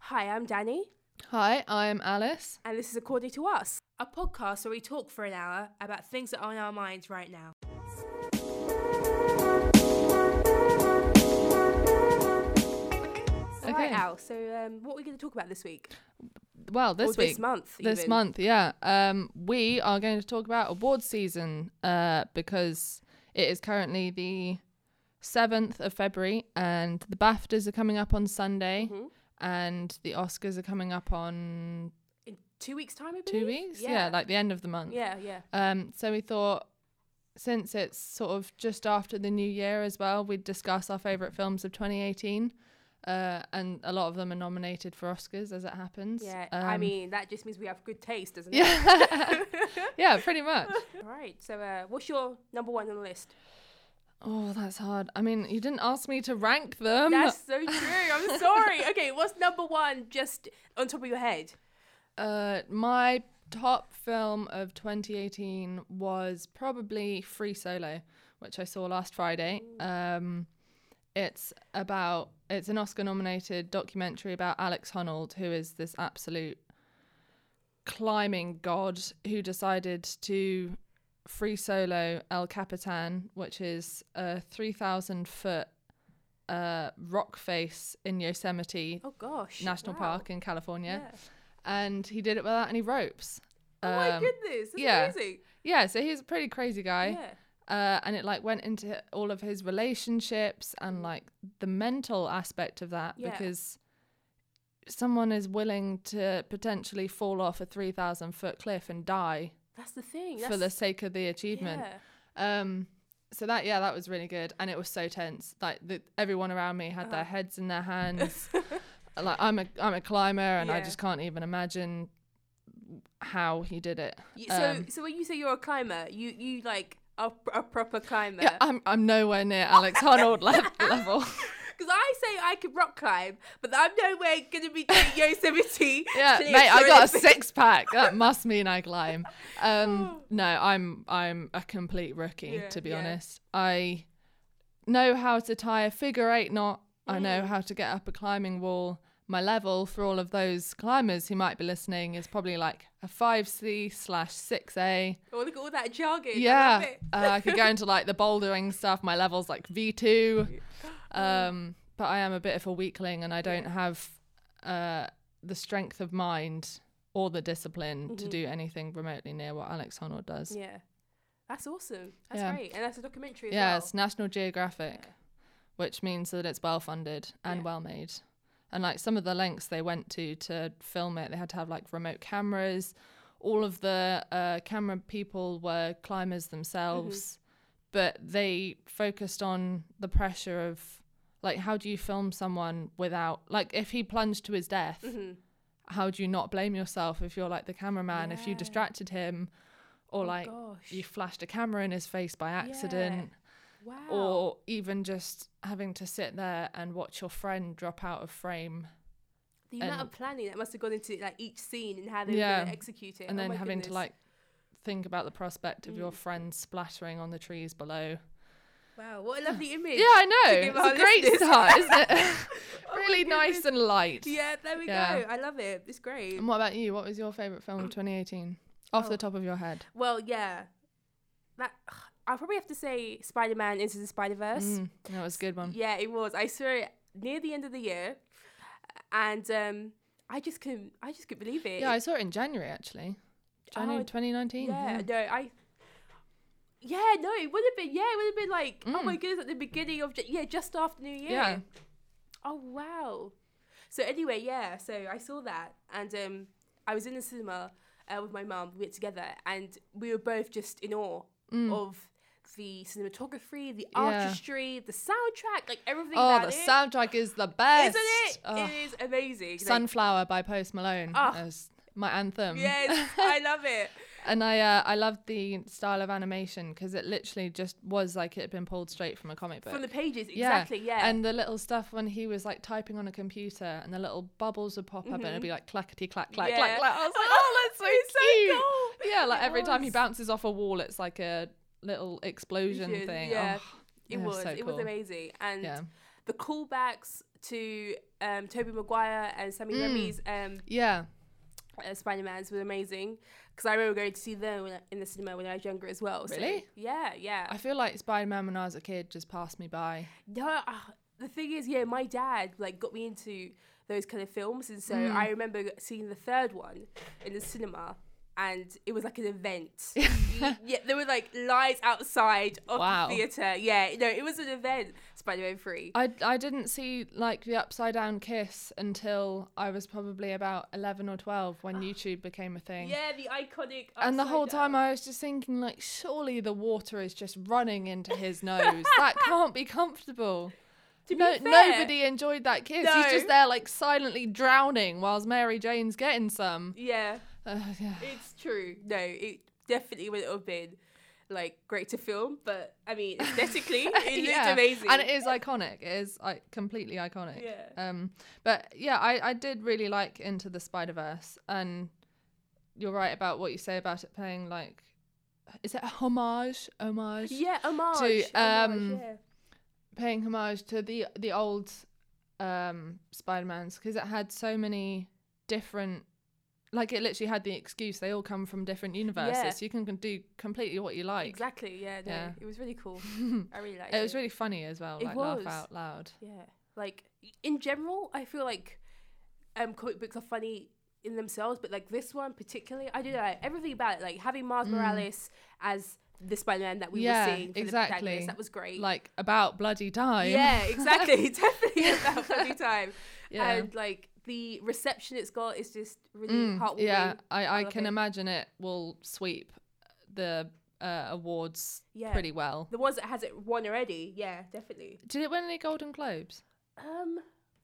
Hi, I'm Danny, Hi, I'm Alice. and this is According to Us, a podcast where we talk for an hour about things that are on our minds right now. All right, Okay. Al. So, um, what are we going to talk about this week? Well, this or week, this month. this even. month, yeah, um, we are going to talk about award season uh, because it is currently the seventh of February, and the BAFTAs are coming up on Sunday, Mhm. and the Oscars are coming up on In two weeks' time, I two believe? weeks. like the end of the month. yeah, yeah. Um, so we thought since it's sort of just after the new year as well, we'd discuss our favourite films of 2018. Uh, and a lot of them are nominated for Oscars as it happens. Yeah, I Um, mean, that just means we have good taste, doesn't it? Yeah. yeah, pretty much. All right, so uh, what's your number one on the list? Oh, that's hard. I mean, you didn't ask me to rank them. That's so true. I'm sorry. Okay, what's number one just on top of your head? Uh, my top film of 2018 was probably Free Solo, which I saw last Friday. Um, it's about it's an Oscar-nominated documentary about Alex Honnold, who is this absolute climbing god who decided to free solo El Capitan, which is a 3,000 foot uh, rock face in Yosemite Oh gosh. National wow. Park in California and he did it without any ropes. Oh my Um, goodness. That's yeah. amazing. Yeah, so he's a pretty crazy guy. Yeah. Uh, and it like went into all of his relationships and like the mental aspect of that Mm. Yeah. because someone is willing to potentially fall off a 3,000 foot cliff and die That's the thing. That's, for the sake of the achievement. Yeah. Um, so that yeah, that was really good, and it was so tense. Like the, everyone around me had Uh-huh. their heads in their hands. like I'm a I'm a climber, and I Yeah. just can't even imagine how he did it. You- So, Um, so when you say you're a climber, you you like are pr- a proper climber. yeah, I'm I'm nowhere near Alex Honnold le- level. Because I say I can rock climb, but I'm nowhere gonna be doing Yosemite. Yeah, to mate, I got a experience. six pack. That must mean I climb. Um, no, I'm I'm a complete rookie Yeah, to be yeah. honest. I know how to tie a figure eight knot. I know how to get up a climbing wall. My level for all of those climbers who might be listening is probably like a five C slash six A. Oh, look at all that jargon. I love Yeah, it. uh, I could go into like the bouldering stuff. My level's like V two, Oh. um, but I am a bit of a weakling, and I don't have uh, the strength of mind or the discipline to Mm-hmm. do anything remotely near what Alex Honnold does. Yeah, Yeah. That's awesome. That's Yeah. great. And that's a documentary as well. it's National Geographic, which means that it's well funded and Yeah. well made. And like some of the lengths they went to to film it, they had to have like remote cameras. All of the uh, camera people were climbers themselves, Mm-hmm. but they focused on the pressure of like how do you film someone without like if he plunged to his death, Mm-hmm. how do you not blame yourself if you're like the cameraman if you Yeah. distracted him or like Oh gosh. you flashed a camera in his face by accident? Wow. or even just having to sit there and watch your friend drop out of frame the amount and- of planning that must have gone into like each scene and how they were Yeah. going to execute it. and Oh then my having to goodness. Mm. like think about the prospect of your friend splattering on the trees below. Wow, what a lovely image. Yeah, I know. give It's our a great listeners- start, isn't it? Oh my really nice goodness. and light. Yeah, there we Yeah. go. I love it. It's great. And what about you? What was your favorite film Oh. of 2018 off the top of your head? Well, yeah. That I probably have to say Spider Man Into the Spider Verse. Mm, that was a good one. Yeah, it was. I saw it near the end of the year and um I just couldn't I just couldn't believe it. Yeah, I saw it in January actually. January Mm. Oh, 2019. Yeah, no, I. Yeah, no, it would have been. Yeah, it would have been like, oh my goodness, at the beginning of ju- yeah, just after New Year. Mm. Yeah. Oh wow. So anyway, yeah, so I saw that, and um, I was in the cinema uh, with my mum. We went together, and we were both just in awe Mm. of the cinematography, the artistry, the soundtrack, like everything. Oh, about the it. soundtrack is the best. Isn't it? Oh. It is amazing. Like, Sunflower by Post Malone Ah. as my anthem. yes, I love it. and I uh, I loved the style of animation because it literally just was like it had been pulled straight from a comic book. From the pages, exactly. Yeah. And the little stuff when he was like typing on a computer and the little bubbles would pop up and it'd be like clackety clack clack Mm-hmm. Yeah. clack clack. I was like, oh, that's so It's so cute. cool. Oh, Yeah, like It every time he was. bounces off a wall, it's like a little explosion Vision, thing. Yeah, Oh, it yeah, was. so It cool. was amazing, and Yeah. the callbacks to um, Toby Maguire and Sammy Mm. Remy's um, Yeah. uh, Spider Man's was amazing because I remember going to see them when I- in the cinema when I was younger as well. So, Really? yeah, yeah. I feel like Spider Man when I was a kid just passed me by. No, uh, the thing is, yeah, my dad like got me into those kind of films, and so Mm. I remember seeing the third one in the cinema, and it was like an event. yeah, there were like lights outside of Wow. the theater. Yeah, no, it was an event. Spider Man Three. I, I didn't see like the upside down kiss until I was probably about 11 or 12 when YouTube became a thing. Ah. Yeah, the iconic. And the upside whole down. time I was just thinking, like, surely the water is just running into his nose. that can't be comfortable. To be No, fair, nobody enjoyed that kiss. No. He's just there, like, silently drowning whilst Mary Jane's getting some. Yeah, Uh, yeah. it's true. No, it definitely would have been like great to film, but I mean, aesthetically, it looked Yeah. amazing. And it is iconic. It is like, completely iconic. Yeah. Um, but yeah, I, I did really like Into the Spider Verse, and you're right about what you say about it playing like, is it homage? Homage? yeah, homage. homage, um, yeah. Paying homage to the the old um, Spider Mans because it had so many different. Like it literally had the excuse they all come from different universes. Yeah. So you can, can do completely what you like. Exactly. Yeah. No, Yeah. it was really cool. I really liked it. It was really funny as well. It like was. laugh out loud. yeah. Like in general, I feel like um comic books are funny in themselves, but like this one particularly, I don't know everything about it. Like having Miles Morales as the Spider-Man that we Mm. Yeah, were seeing, for exactly. The protagonist, that was great. Like about bloody time. yeah, exactly. Definitely about every time. Yeah. And like the reception it's got is just really Mm, heartwarming. yeah, I, I love can it. imagine it will sweep the uh, awards Yeah. pretty well. The ones that has it won already, yeah, definitely. Did it win any Golden Globes? Um,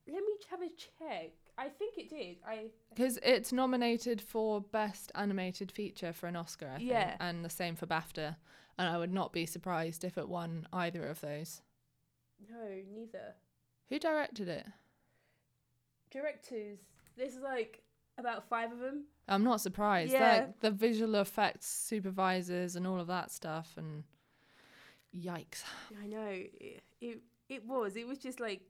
let me have a check. I think it did. I Because it's nominated for Best Animated Feature for an Oscar, I think, Yeah. and the same for BAFTA. And I would not be surprised if it won either of those. No, neither. Who directed it? Directors. This is like about five of them. I'm not surprised. Yeah. Like the visual effects supervisors and all of that stuff, and yikes! I know. It it, it was. It was just like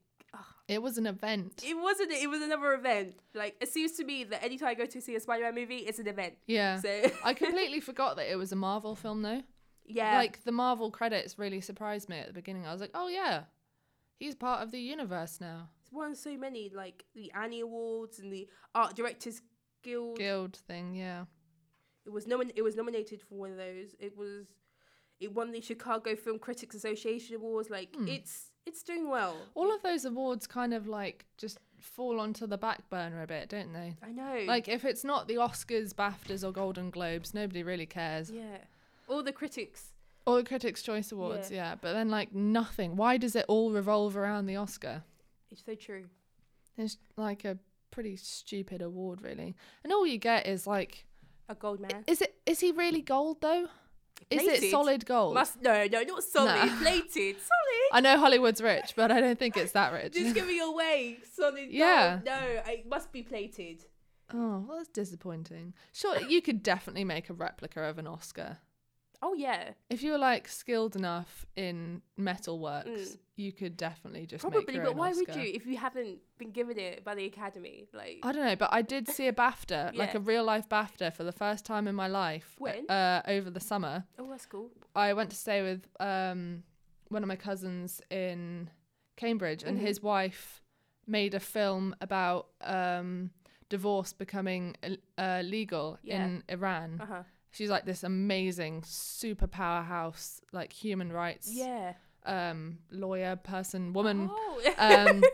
It was an event. it wasn't. It was another event. Like it seems to me that anytime I go to see a Spider-Man movie, it's an event. yeah. So I completely forgot that it was a Marvel film, though. yeah, Like the Marvel credits really surprised me at the beginning. I was like, oh yeah, he's part of the universe now. it's won so many like the Annie Awards and the Art Directors Guild. Guild thing, yeah. It was nomin- It was nominated for one of those. It was. It won the Chicago Film Critics Association Awards. Like Hmm. it's it's doing well. All of those awards kind of like just fall onto the back burner a bit, don't they? I know. Like if it's not the Oscars, BAFTAs, or Golden Globes, nobody really cares. yeah, all the critics. Or the Critics' Choice Awards, yeah. But then like nothing. Why does it all revolve around the Oscar? It's so true. It's like a pretty stupid award, really. And all you get is like, A gold man. is it? Is he really gold though? Is Plated. it solid gold? Must no, no, not solid. No. Plated, solid. I know Hollywood's rich, but I don't think it's that Just rich. giving away solid. Yeah. Gold. No, it must be plated. oh, well, that's disappointing. Sure, you could definitely make a replica of an Oscar. Oh yeah, If you were like skilled enough in metalworks, Mm. you could definitely just make probably. your But own why would Oscar. you if you haven't been given it by the academy? Like I don't know, but I did see a BAFTA, like Yeah. a real life BAFTA, for the first time in my life. When? Uh, over the summer, oh, that's cool. I went to stay with um, one of my cousins in Cambridge, and Mm-hmm. his wife made a film about um, divorce becoming il- uh, legal Yeah. in Iran. Uh huh. She's like this amazing super powerhouse, like human rights Yeah. um, lawyer, person, woman. oh. Um,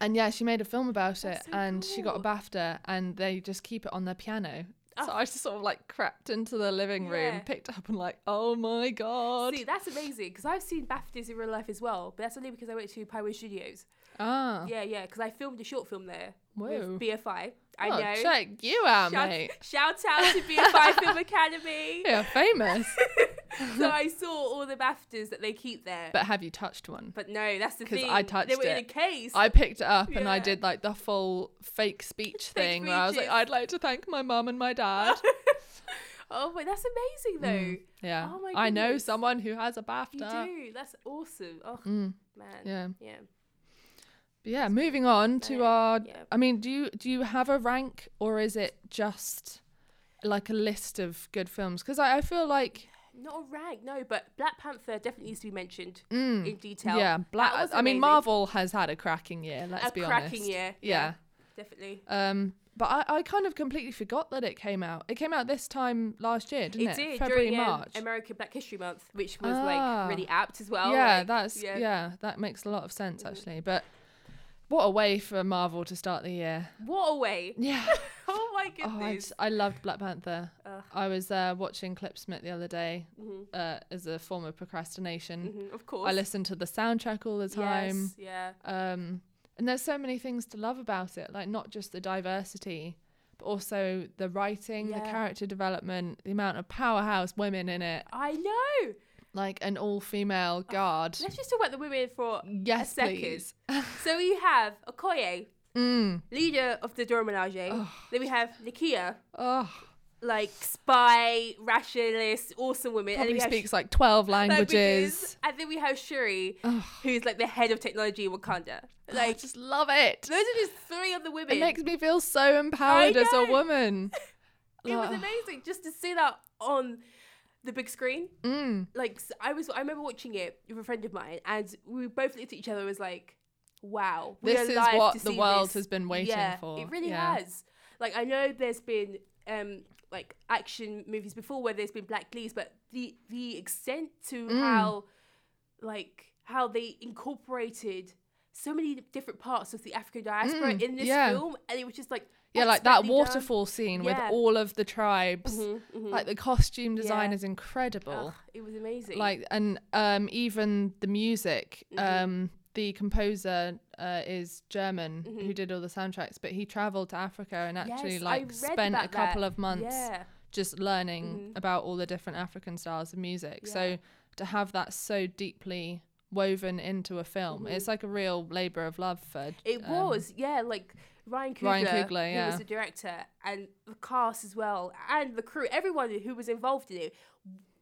and yeah, she made a film about That's it, so and she got a cool. BAFTA, and they just keep it on their piano. So Oh. I just sort of like crept into the living room, Yeah. picked up, and like, oh my god! See, that's amazing because I've seen BAFTAs in real life as well, but that's only because I went to Pyro Studios. Ah, Yeah, yeah, because I filmed a short film there Whoa. with BFI. I Oh, know. Check you out, shout, mate. shout out to BFI Film Academy. You're famous. so I saw all the BAFTAs that they keep there. But, but have you touched one? no, that's the 'Cause thing. I touched they were in a it. case. I picked it up and I Yeah. did like the full fake speech Fake thing where I was like, speeches. I'd like to thank my mum and my dad. oh, but that's amazing Mm, though. yeah. Oh my I know goodness. someone who has a You BAFTA. Mm, do. That's awesome. Oh man. Yeah. Yeah. But yeah, moving on to Uh, our. yeah. I mean, do you do you have a rank or is it just like a list of good films? Because I, I feel like Not a rank, no, but Black Panther definitely needs to be mentioned mm, in detail. yeah, black. was I mean, amazing. Marvel has had a cracking year. Let's a be cracking honest. year. Yeah. definitely. Um, but I, I kind of completely forgot that it came out. It came out this time last year, didn't it? it did February, during um, March. American Black History Month, which was Ah. like really apt as well. yeah, like, that's yeah. yeah. Mm-hmm. that makes a lot of sense actually. But what a way for Marvel to start the year. What a way! Yeah. oh my Oh, I, goodness. just- I loved Black Panther. Ugh. I was uh, watching Clipsmith the other day Mhm, uh, as a form of procrastination. mhm, Of course. I listened to the soundtrack all the time. Yes, yeah. Um, and there's so many things to love about it, like not just the diversity, but also the writing, the Yeah. character development, the amount of powerhouse women in it, I know. like an all female guard. Let's just talk about the women for. yes, second. please. So you have Okoye, mm. leader of the Dora Menage. Then we have Nakia, Oh, like spy, rationalist, awesome woman. and then probably we have speaks like 12 languages. And then we have Shuri, Ugh. who's like the head of technology in Wakanda. Oh, I Like, just love it. those are just three of the It women. makes me feel so empowered as a know. woman. it was Like, amazing just to see that on the big screen. mm, Like s- I was, I remember watching it with a friend of mine, and we both looked at each other and was like, "Wow, we're this is alive to what the see world this." has been waiting yeah, for. It really Yeah. has. Like I know there's been um like action movies before where there's been black leads, but the the extent to Mm. how like how they incorporated so many different parts of the African diaspora Mm, in this yeah. film, and it was just like Yeah, like that expertly done. waterfall scene Yeah. with all of the tribes. Mhm, mhm. Like the costume design Yeah. is incredible. Ugh, it was amazing. Like and um even the music. Mhm. Um the composer uh, is German who Mhm. did all the soundtracks, but he travelled to Africa and actually Yes, I like read spent a about that. couple of months yeah, just learning Mhm. about all the different African styles of music. Yeah. So to have that so deeply woven into a film, Mhm. it's like a real labour of love for it um, was. Yeah, like Ryan Coogler, Ryan Coogler, who yeah. was the director, and the cast as well, and the crew, everyone who was involved in it,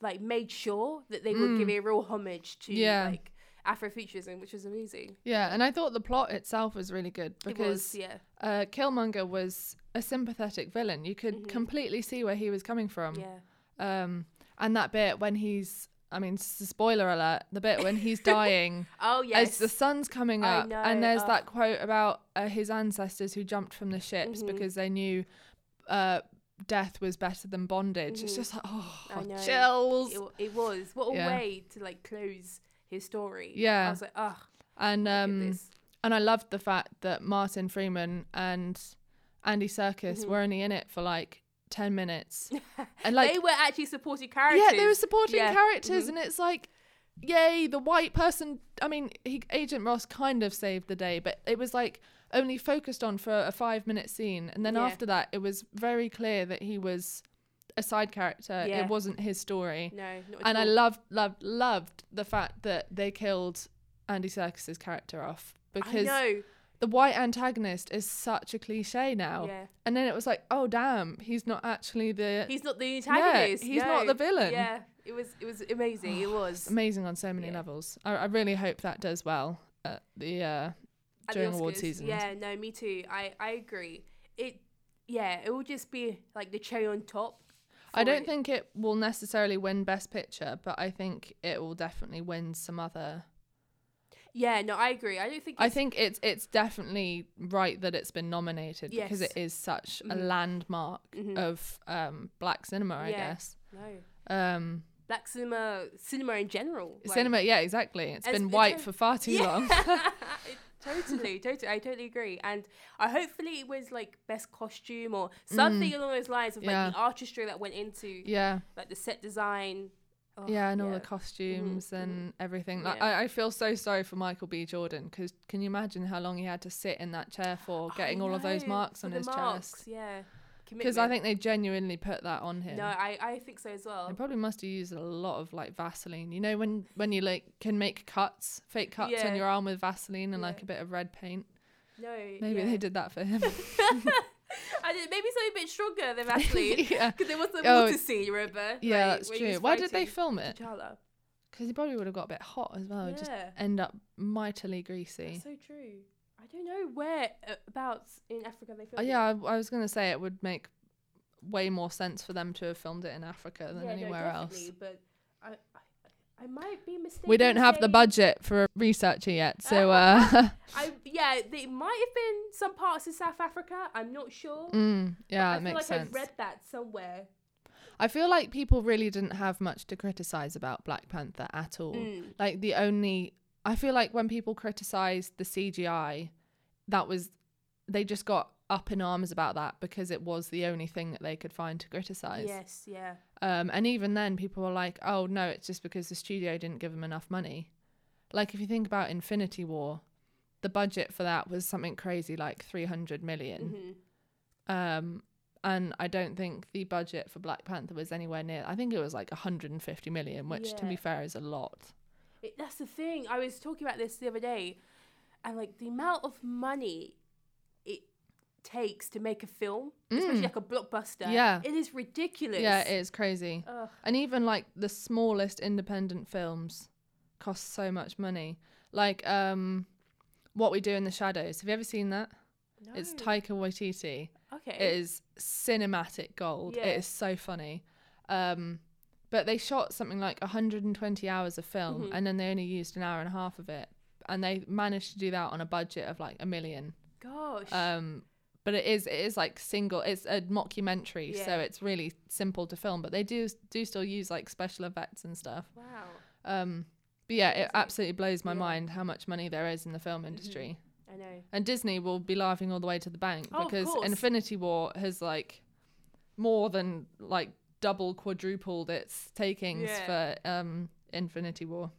like made sure that they were Mm. giving a real homage to Yeah. like Afrofuturism, which was amazing. Yeah, and I thought the plot itself was really good because it was, yeah, uh, Killmonger was a sympathetic villain. You could Mhm. completely see where he was coming from. yeah. Um, and that bit when he's, I mean, s- spoiler alert, the bit when he's dying Oh yes, as the sun's coming I up. And know, there's ugh. that quote about uh, his ancestors who jumped from the ships Mhm. because they knew uh, death was better than bondage. It's Mhm. just like, I oh, know. chills. it, it was. What a Yeah. way to like close his story. Yeah. I was like, oh, and um, goodness. and I loved the fact that Martin Freeman and Andy Serkis Mhm. were only in it for like ten minutes, and like they were actually supporting characters. yeah, they were supporting Yeah, characters, mhm. and it's like, yay, the white person. I mean, he, Agent Ross kind of saved the day, but it was like only focused on for a five minute scene, and then Yeah. after that, it was very clear that he was a side character. Yeah. It wasn't his story, no, not at and I all. loved, loved, loved the fact that they killed Andy Serkis's character off I because know. the white antagonist is such a cliche now. Yeah. And then it was like, oh damn, he's not actually the He's not the Yeah, antagonist. he's not no. the villain. Oh, Yeah, it was it was amazing. It was amazing on so many Yeah. levels. I, I really hope that does well at the uh, At the during award Oscars, season. Yeah, no, me too. I I agree. It yeah, it will just be like the cherry on top. I for don't it. think it will necessarily win Best Picture, but I think it will definitely win some other. Yeah, no, I agree. I don't think. I it's- think it's it's definitely right that it's been nominated because Yes. it is such a Mhm. landmark Mhm. of um, black cinema, I Yeah. guess. no Um, black cinema, cinema in general. like- cinema, yeah, exactly. it's And been it's- white for far too long. totally, totally. I totally agree. And I hopefully it was like best costume or something along those lines of like Mm. Yeah. the artistry that went into Yeah, like the set design. Oh, yeah, and all the costumes mhm. and everything. Like, Yeah. I, I feel so sorry for Michael B. Jordan because can you imagine how long he had to sit in that chair for, I getting all of those know, Oh, marks for on the his marks, chest? Yeah. Because I Commitment. think they genuinely put that on him. No, I, I think so as well. they probably must have used a lot of like Vaseline. You know when when you like can make cuts, fake cuts Yeah. on your arm with Vaseline and Yeah. like a bit of red paint. No, Maybe yeah. they did that for him. I did, maybe something a bit stronger than Vaseline. yeah, Because there was the Oh, water scene, remember? yeah, Like, that's where he true. was Why did they fighting film it? T'Challa. Because he probably would have got a bit hot as well. Just yeah, end up mightily greasy. that's so true. I I don't know where uh, abouts in Africa they filmed. Uh, it. yeah, I, I was gonna say it would make way more sense for them to have filmed it in Africa than Yeah, no, anywhere else. definitely, But I, I, I might be mistaken. We don't in have the saying- budget for a researcher yet, Oh, so uh, I yeah, they might have been some parts of South Africa. I'm not sure. mm, yeah, I it feel makes like sense. I read that somewhere. I feel like people really didn't have much to criticize about Black Panther at all. Mm. Like the only I feel like when people criticized the CGI, that was they just got up in arms about that because it was the only thing that they could find to criticize. Yes, yeah. Um, and even then, people were like, "Oh no, it's just because the studio didn't give them enough money." Like if you think about Infinity War, the budget for that was something crazy, like three hundred million. hmm Um, and I don't think the budget for Black Panther was anywhere near. I think it was like hundred and fifty million, which, to Yeah. be fair, is a lot. It, that's the thing. I was talking about this the other day, and like the amount of money it takes to make a film, especially Mm. like a blockbuster. Yeah. it is ridiculous. Yeah, it is crazy. Ugh. And even like the smallest independent films cost so much money. Like um, what we do in the shadows. Have you ever seen that? It's No. Taika Waititi. Okay. It is cinematic gold. Yeah. It is so funny. Um, but they shot something like 120 hours of film Mhm. and then they only used an hour and a half of it. And they managed to do that on a budget of like a million. Gosh. Um, but it is it is like single. It's a mockumentary, Yeah. so it's really simple to film. But they do do still use like special effects and stuff. wow. Um, but yeah, it Amazing. absolutely blows my Yeah. Mm-hmm. mind how much money there is in the film industry. I know. And Disney will be laughing all the way to the bank Oh, of because course. Infinity War has like more than like double quadrupled its takings Yeah. for um Infinity War.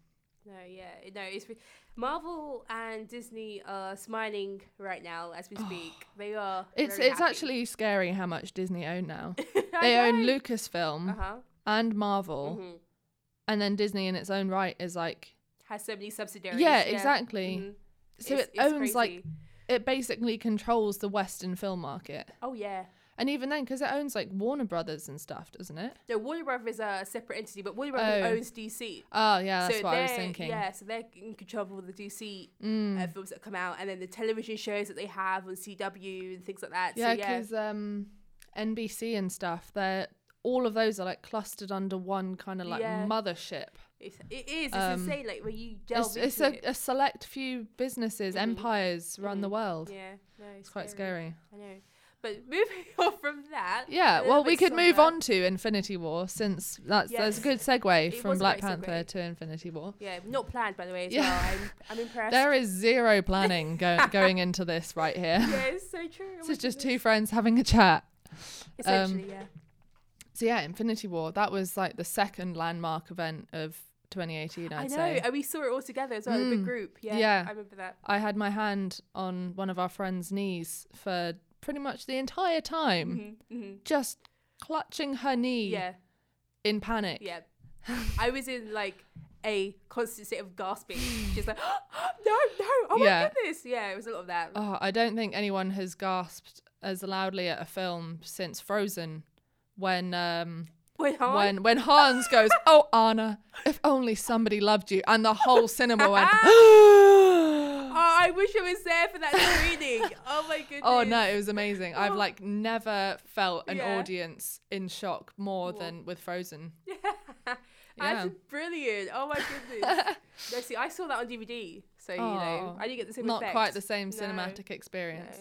No, yeah, no. It's re- Marvel and Disney are smiling right now as we speak. they are. Oh, It's very it's happy. actually scary how much Disney own now. I they own know. Lucasfilm Uh-huh. and Marvel mhm. and then Disney in its own right is like Has so many subsidiaries. yeah, exactly. Mhm. So It's- it it's owns like crazy. it basically controls the western film market. Oh yeah. And even then cuz it owns like Warner Brothers and stuff, doesn't it? No, Warner Brothers are a separate entity, but Warner Brothers Oh. owns DC. Oh yeah, that's so what I was they're- thinking. Yeah, so they're in control of all the DC Mm. uh, films that come out, and then the television shows that they have on CW and things like that. Yeah, so, yeah. because um, NBC and stuff, they're all of those are like clustered under one kind of like Yeah. mothership. It's, it is. It's um, insane. Like when you delve It's, it's into a, a select few businesses, Mhm. empires run the Mhm. world. it. Yeah, no, It's quite scary. I know. But moving on from that. a Yeah, little well, we bit could move somber. on to Infinity War since that's there's a Yes. good segue It from was a Black great Panther segue. to Infinity War. Yeah, not planned, by the way, as Yeah. well. I'm, I'm impressed. There is zero planning go- going into this right here. yeah, it's so true. Oh This my is just um, two goodness. friends having a chat. Essentially, yeah. So yeah, Infinity War. That was like the second landmark event of 2018. I'd I know. say. And we saw it all together as well, the Mm. big group. Yeah, Yeah. I remember that. I had my hand on one of our friend's knees for pretty much the entire time, Mm-hmm, hmm just clutching her knee Yeah, in panic. yeah. I was in like a constant state of gasping, just like, no, no, oh Yeah. my goodness. Yeah, it was a lot of that. Oh, I don't think anyone has gasped as loudly at a film since Frozen when um Went on. when when Hans goes, "Oh Anna, if only somebody loved you." And the whole cinema went Oh, I wish I was there for that screening. oh my goodness. Oh no, it was amazing. I've Oh. like never felt an Yeah. audience in shock more More. than with Frozen. That's brilliant. Oh my goodness. no, see, I saw that on DVD, so you know, Oh, I didn't get the same Not effect. quite the same No, cinematic no. experience.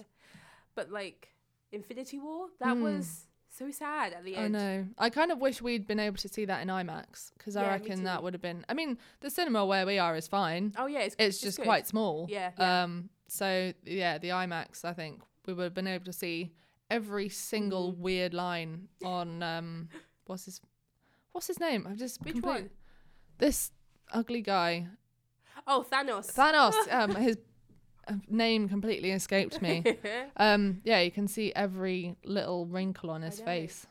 But like Infinity War, that Mm. was so sad at the I end. know. I kind of wish we'd been able to see that in IMAX because I Yeah, me reckon that too. would have been. I mean, the cinema where we are is fine. Oh yeah, it's It's just good. quite small. Yeah, Um. So yeah, the IMAX. I think we would have been able to see every single Mm-hmm. weird line on um. What's his What's his name? I've just Which complete- one? This ugly guy, Oh Thanos. Thanos. um, his uh, name completely escaped me. Um, yeah, you can see every little wrinkle on his know. face.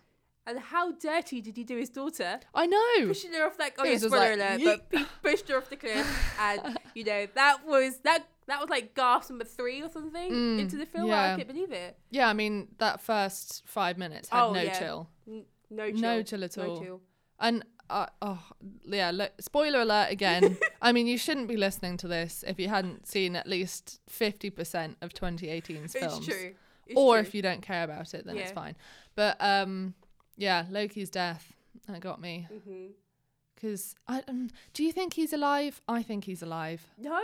and how dirty did he do his daughter? I know. Pushing her off like oh He yeah, was just spoiler like, alert, but he pushed her off the cliff, and you know that was that that was like gasp number three or something Mm, into the film. yeah. I couldn't believe it. Yeah, I mean that first five minutes had Oh, no yeah. chill, N- no chill. no chill at all. No chill. And uh, oh yeah look, spoiler alert again i mean you shouldn't be listening to this if you hadn't seen at least 50% of 2018's films It's true. It's or true. if you don't care about it then it's Yeah. fine but um yeah loki's death that got me Mhm. because i um, do you think he's alive i think he's alive No,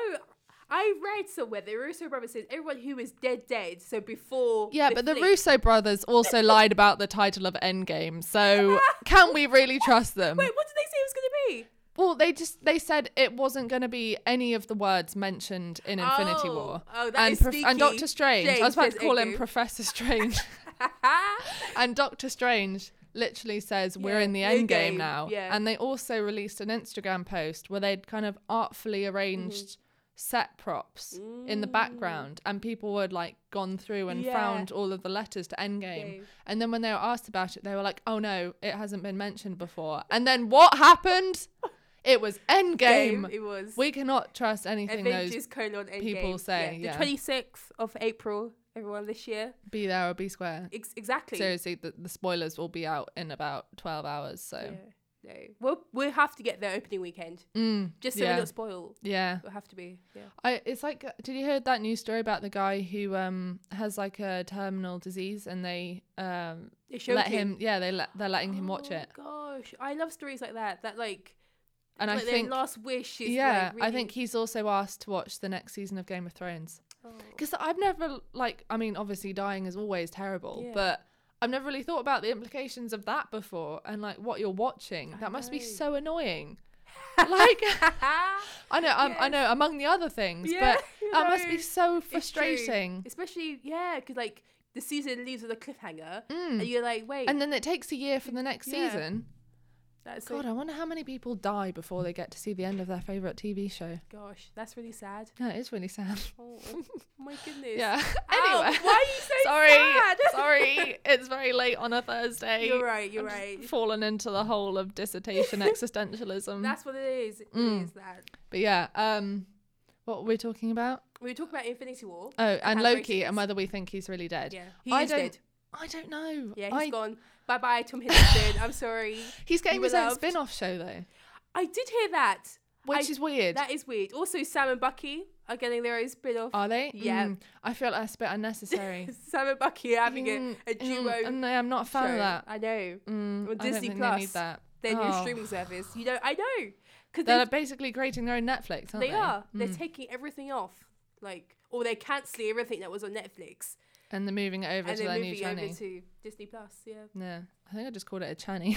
I read somewhere that Russo brothers says everyone who is dead, dead. So before. yeah but the fleet- russo brothers also lied about the title of endgame so can we really trust them Wait, what did they say it was going to be? well they just they said it wasn't going to be any of the words mentioned in infinity Oh. war Oh, that and, is and sneaky. Doctor Strange. I was about Strange to call says him Igu. Professor Strange. and Doctor Strange literally says we're Yeah, in the new end game game, now. yeah. And they also released an Instagram post where they'd kind of artfully arranged Mm-hmm. set props in the background and people had like gone through and Yeah. found all of the letters to Endgame. Game. And then when they were asked about it, they were like, Oh no, it hasn't been mentioned before. And then what happened? It was Endgame. Game. It was. We cannot trust anything those Avengers colon Endgame. people say, yeah. The twenty sixth of April, everyone this year. be there or be square. Ex- exactly. Seriously, the, the spoilers will be out in about 12 hours. So, Yeah. No. We'll we'll have to get there opening weekend. yeah. Mm, Just so yeah. we don't spoil. yeah. We'll have to be. Yeah. I, it's like, did you hear that news story about the guy who um has like a terminal disease and they um They showed let him, yeah, they let, they're letting him watch Oh, it. Gosh, I love stories like that. That like, And like I their think, last wish is yeah, Like, really, I think he's also asked to watch the next season of Game of Thrones. Oh. Because I've never, like, I mean, obviously dying is always terrible, Yeah. but I've never really thought about the implications of that before and like what you're watching. That must be know. so annoying. like, I know, um, I Yes. know, among the other things, Yeah, but you that must be know. so It's true. frustrating. Especially yeah, because like the season leaves with a cliffhanger, Mm. and you're like, wait, And then it takes a year for the next Yeah. season. that's so- God, I wonder how many people die before they get to see the end of their favorite TV show. gosh, that's really sad. No, it is really sad. Oh my goodness. Yeah. Ow, anyway, why are you so sorry, sad? sorry, it's very late on a Thursday. You're right. You're I've right. Fallen into the hole of dissertation existentialism. That's what it is. It Mm. is that. but yeah, um, what were we talking about? We were talking about Infinity War. Oh, and how Loki racist. and whether we think he's really dead. Yeah, he I is don't- dead. I don't know. Yeah, he's I gone. Bye bye, Tom Hiddleston. I'm sorry. He's getting You were his own loved. spin off show though, I did hear that. which I- is weird. That is weird. Also, Sam and Bucky are getting their own spin off. Are they? Hmm. Yeah. I feel that's a bit unnecessary. Sam and Bucky are having Mm, a, a mm, duo. and I- I'm not a fan show. of that. I know. Mm, Well, I don't Disney think they need Plus, that. Their new Oh. streaming service. You know, I know. Because They're basically creating their own Netflix, aren't they? they are. They're Mm. taking everything off. Like, or they're cancelling everything that was on Netflix. and they're moving it over and to they're their new moving over channel. to Disney Plus. Yeah. Yeah. I think I just called it a channy.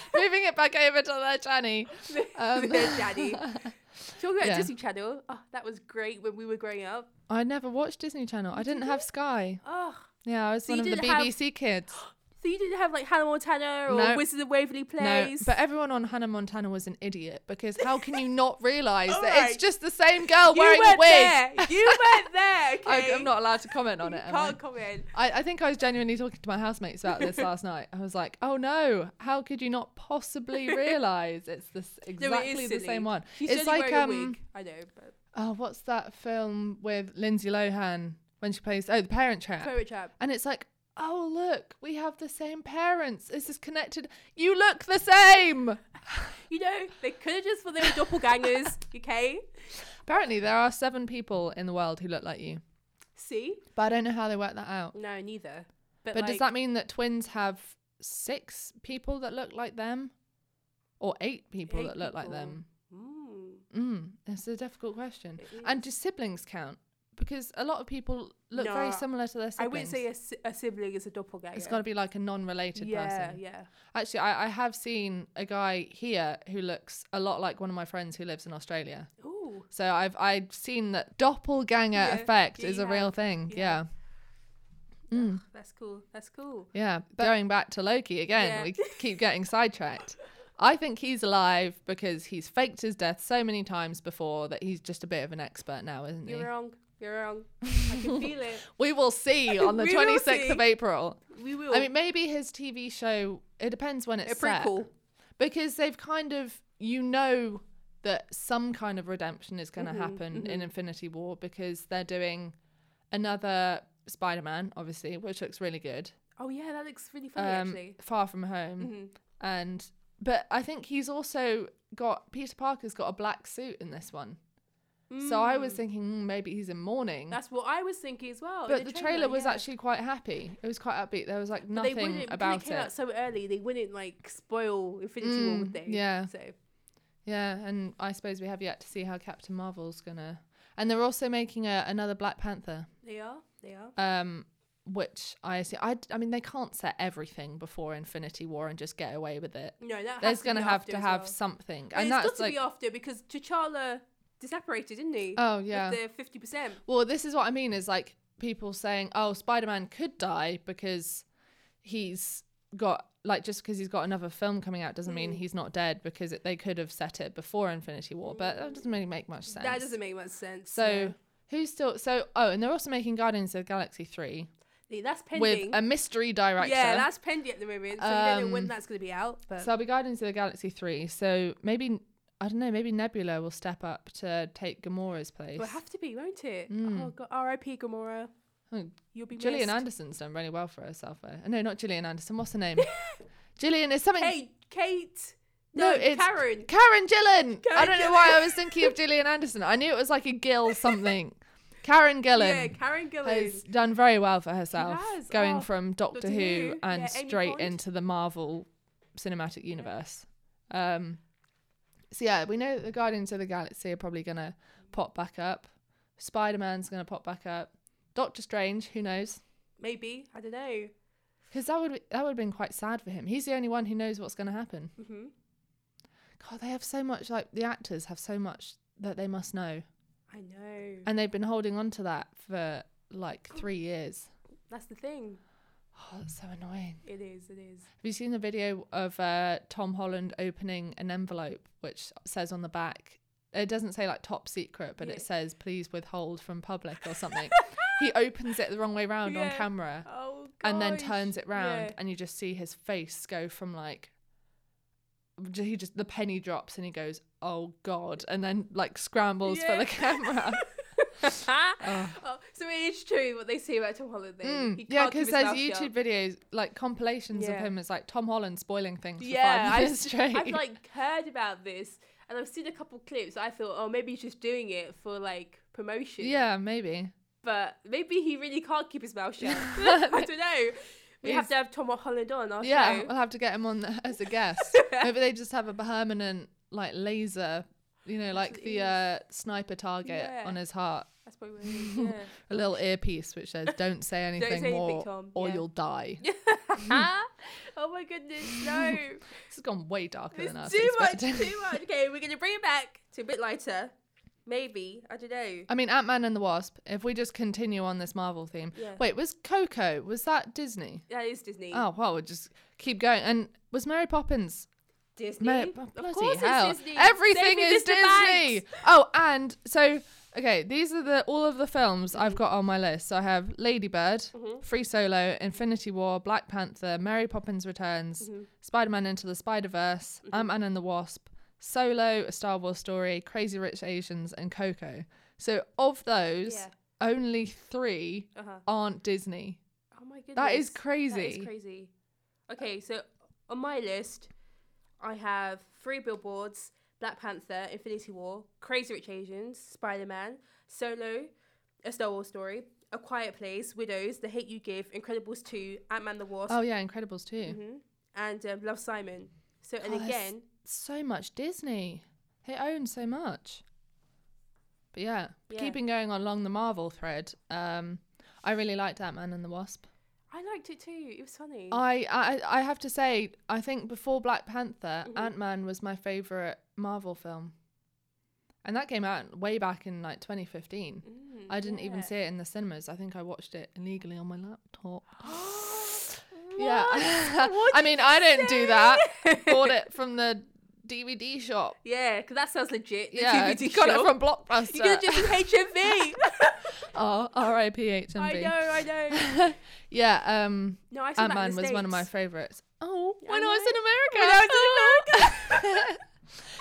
moving it back over to their channy. Um, Their daddy. Talking about Yeah. Disney Channel, oh, that was great when we were growing up. I never watched Disney Channel. I didn't have Sky. Oh, Yeah, I was So one you of the didn't have BBC kids. so you didn't have like Hannah Montana or No. Wizard of Waverly No, Place? but everyone on Hannah Montana was an idiot because how can you not realize that it's Alright. just the same girl you wearing a weren't wig? there. You weren't there. I, Okay? I'm not allowed to comment on You it. am I? can't comment. I, I think I was genuinely talking to my housemates about this last night. I was like, "Oh no, how could you not possibly realize it's this No, it exactly is the silly. same one?" She's it's only like wearing a um, wig. I know, but oh, what's that film with Lindsay Lohan when she plays oh, The Parent Trap, Pirate Trap. and it's like, "Oh look, we have the same parents. Is this connected? You look the same." You know, they could have just thought they were doppelgangers. okay, Apparently, there are seven people in the world who look like you, see? but I don't know how they work that out. No, neither. But, But like, does that mean that twins have six people that look like them? Or eight people Eight that look like people. them? Mm, Mm, it's a difficult question. It And do siblings count? Because a lot of people look very No, similar to their siblings. I wouldn't say a, si- a sibling is a doppelganger. it's got to be like a non-related yeah, person. yeah. Actually, I, I have seen a guy here who looks a lot like one of my friends who lives in Australia. Ooh, So I've I've seen that doppelganger Yeah, effect yeah, is you a real have. thing. Yeah. Yeah. Mm. Ah, that's cool. That's cool. Yeah, going back to Loki again, Yeah. we keep getting sidetracked. I think he's alive because he's faked his death so many times before that he's just a bit of an expert now, isn't he? You're wrong. You're wrong. I can feel it. We will see on the We will 26th of see. April. We will. I mean, maybe his TV show, it depends when it's a set. prequel. Because they've kind of, you know, that some kind of redemption is Mm-hmm, going to happen in Infinity War because they're doing another Spider Man, obviously, which looks really good. Oh yeah, that looks really funny Um, actually. Far From Home. Mhm. and But I think he's also got Peter Parker's got a black suit in this one. So I was thinking mm, maybe he's in mourning. That's what I was thinking as well. in but the, trailer, was yeah. actually quite happy. It was quite upbeat. There was like But they nothing wouldn't, about because it came it. out so early. They wouldn't like spoil Infinity War, Mm, would they? yeah. So Yeah, and I suppose we have yet to see how Captain Marvel's gonna. And they're also making a, another Black Panther, they are. They are. um, which I see. I, d- I mean, they can't set everything before Infinity War and just get away with it. No, that There's has gonna to be have after to as have well. something, And and it's got that's to like, be after because T'Challa disapparated, didn't he? oh yeah. With the fifty percent. Well, this is what I mean is like people saying, "Oh, Spider-Man could die because he's got like just because he's got another film coming out doesn't mean Mm. he's not dead because it, they could have set it before Infinity War, but that doesn't really make much sense." That doesn't make much sense. So no. who's still so oh, and they're also making Guardians of the Galaxy three Yeah, that's with pending. a mystery director. yeah, that's pending at the moment. So we don't know Um, when that's gonna be out. But so that'll be Guardians of the Galaxy three. So maybe I don't know, maybe Nebula will step up to take Gamora's place. it'll have to be, won't it? Mm. Oh god, R.I.P. Gamora. Oh, You'll be Gillian missed. Anderson's done really well for herself. Though. Uh, No, not Gillian Anderson. What's her name? Gillian is something. Hey, Kate. no, No, it's Karen. Karen Gillan. I Karen don't know why I Gillan. was thinking of Gillian Anderson. I knew it was like a Gill something. Karen Yeah, Gillan Karen Gillan. has done very well for herself, has, going oh, from Doctor, Doctor Who, Who, and yeah, Amy straight Pond. into the Marvel cinematic universe. Um, so yeah, we know that the Guardians of the Galaxy are probably gonna pop back up. Spider Man's gonna pop back up. Doctor Strange, who knows? Maybe I don't know. Because that would be, that would have been quite sad for him. He's the only one who knows what's going to happen. hmm God, they have so much. Like the actors have so much that they must know, I know. and they've been holding on to that for like three years. That's the thing. Oh, that's so annoying. It is. It is. Have you seen the video of uh, Tom Holland opening an envelope, which says on the back, it doesn't say like top secret, but Yeah. it says please withhold from public or something. he opens it the wrong way round on Yeah. camera. Oh god. and then turns it round Yeah. and you just see his face go from like j- he just the penny drops and he goes oh god and then like scrambles for Yeah. the camera oh. so it is true what they say about Tom Holland. Then Mm, He can't yeah keep because his there's mouth youtube shut. videos like compilations of Yeah. him as like tom holland spoiling things Yeah, for five I've- minutes straight I've like heard about this, and I've seen a couple clips. I thought, oh, maybe he's just doing it for like promotion. yeah maybe but maybe he really can't keep his mouth shut. I don't know. We have He's- to have Tom Holland on our yeah show. we'll have to get him on the- as a guest maybe they just have a permanent like laser you know like what the it uh, sniper target Yeah. on his heart That's probably what it is, yeah. a little earpiece which says "Don't say anything anything, more, Tom." or Yeah. you'll die." oh my goodness, no. This has gone way darker than I it's was too much, expecting. too much. Okay, we're going to bring it back to a bit lighter. Maybe. I don't know. I mean, Ant Man and the Wasp. If we just continue on this Marvel theme, Yeah. wait, was Coco? Was that Disney? That is Disney. Oh well, we'll just keep going. And was Mary Poppins? Disney. Mary, of bloody course hell! it's Disney. Everything Save me, is Mr. Disney. Banks. Oh, and so okay, these are the all of the films I've Mm-hmm. got on my list. So I have Lady Bird, Free Solo, Infinity War, Black Panther, Mary Poppins Returns, Mm-hmm. Spider Man Into the Spider Verse, Ant Man and the Wasp, Solo, A Star Wars Story, Crazy Rich Asians, and Coco. So of those, Yeah. only three Uh-huh. aren't Disney. Oh my goodness. That is That crazy. is crazy. Okay, so on my list, I have three billboards: Black Panther, Infinity War, Crazy Rich Asians, Spider Man, Solo, A Star Wars Story, A Quiet Place, Widows, The Hate You Give, Incredibles Two, Ant Man the Wasp, Oh yeah, Incredibles too. mhm, and um, Love Simon. So and Oh, there's again, so much Disney. They own so much. But yeah, Yeah. keeping going along the Marvel thread. Um, I really liked Ant Man and the Wasp. I liked it too. It was funny. I, I I have to say, I think before Black Panther, Mm-hmm. Ant Man was my favorite Marvel film, and that came out way back in like 2015. Mm, I didn't even yeah. see it in the cinemas. I think I watched it illegally on my laptop. yeah. Yeah, I mean, I don't do that. Bought it from the DVD shop. Yeah, because that sounds legit. The Yeah, DVD got show. it from Blockbuster. You could have just done HMV. oh, R.I.P. I know, HMV. I know. yeah, um, No, I saw Ant that in Man the was one of my States. favorites. Oh, Yeah, when I I was know. in When America. I was in America.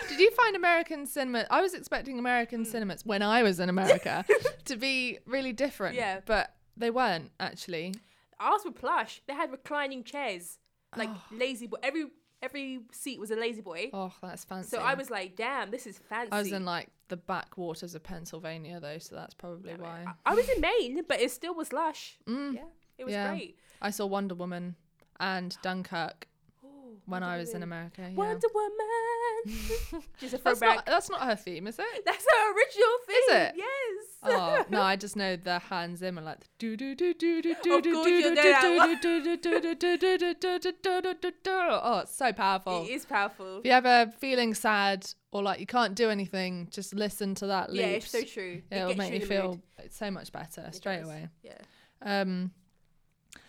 Did you find American cinema? I was expecting American Mm. cinemas when I was in America to be really different. Yeah. but they weren't actually. Ours were plush. They had reclining chairs, like lazy. But every every seat was a lazy boy. Oh, that's fancy. so I was like, damn, this is fancy. I was in like the backwaters of Pennsylvania though, so that's probably Damn it. why. I- I was in Maine, but it still was lush. Mm. Yeah, it was Yeah. great. I saw Wonder Woman and Dunkirk Ooh, when Wonder I was in Woman. America. yeah. Wonder Woman. She's a That's not, throwback. that's not her theme, is it? That's her original thing. it? Yes. oh no, I just know the Hans Zimmer like the do do do do do do do Of do course you'll do know that do do do do do do do do do do do do do. Oh, it's so powerful. It is powerful. If you ever feeling sad or like you can't do anything, just listen to that loop. Yeah, it's so true. It It'll gets make you me in the feel mood. so much better It straight does. away. Yeah. Um,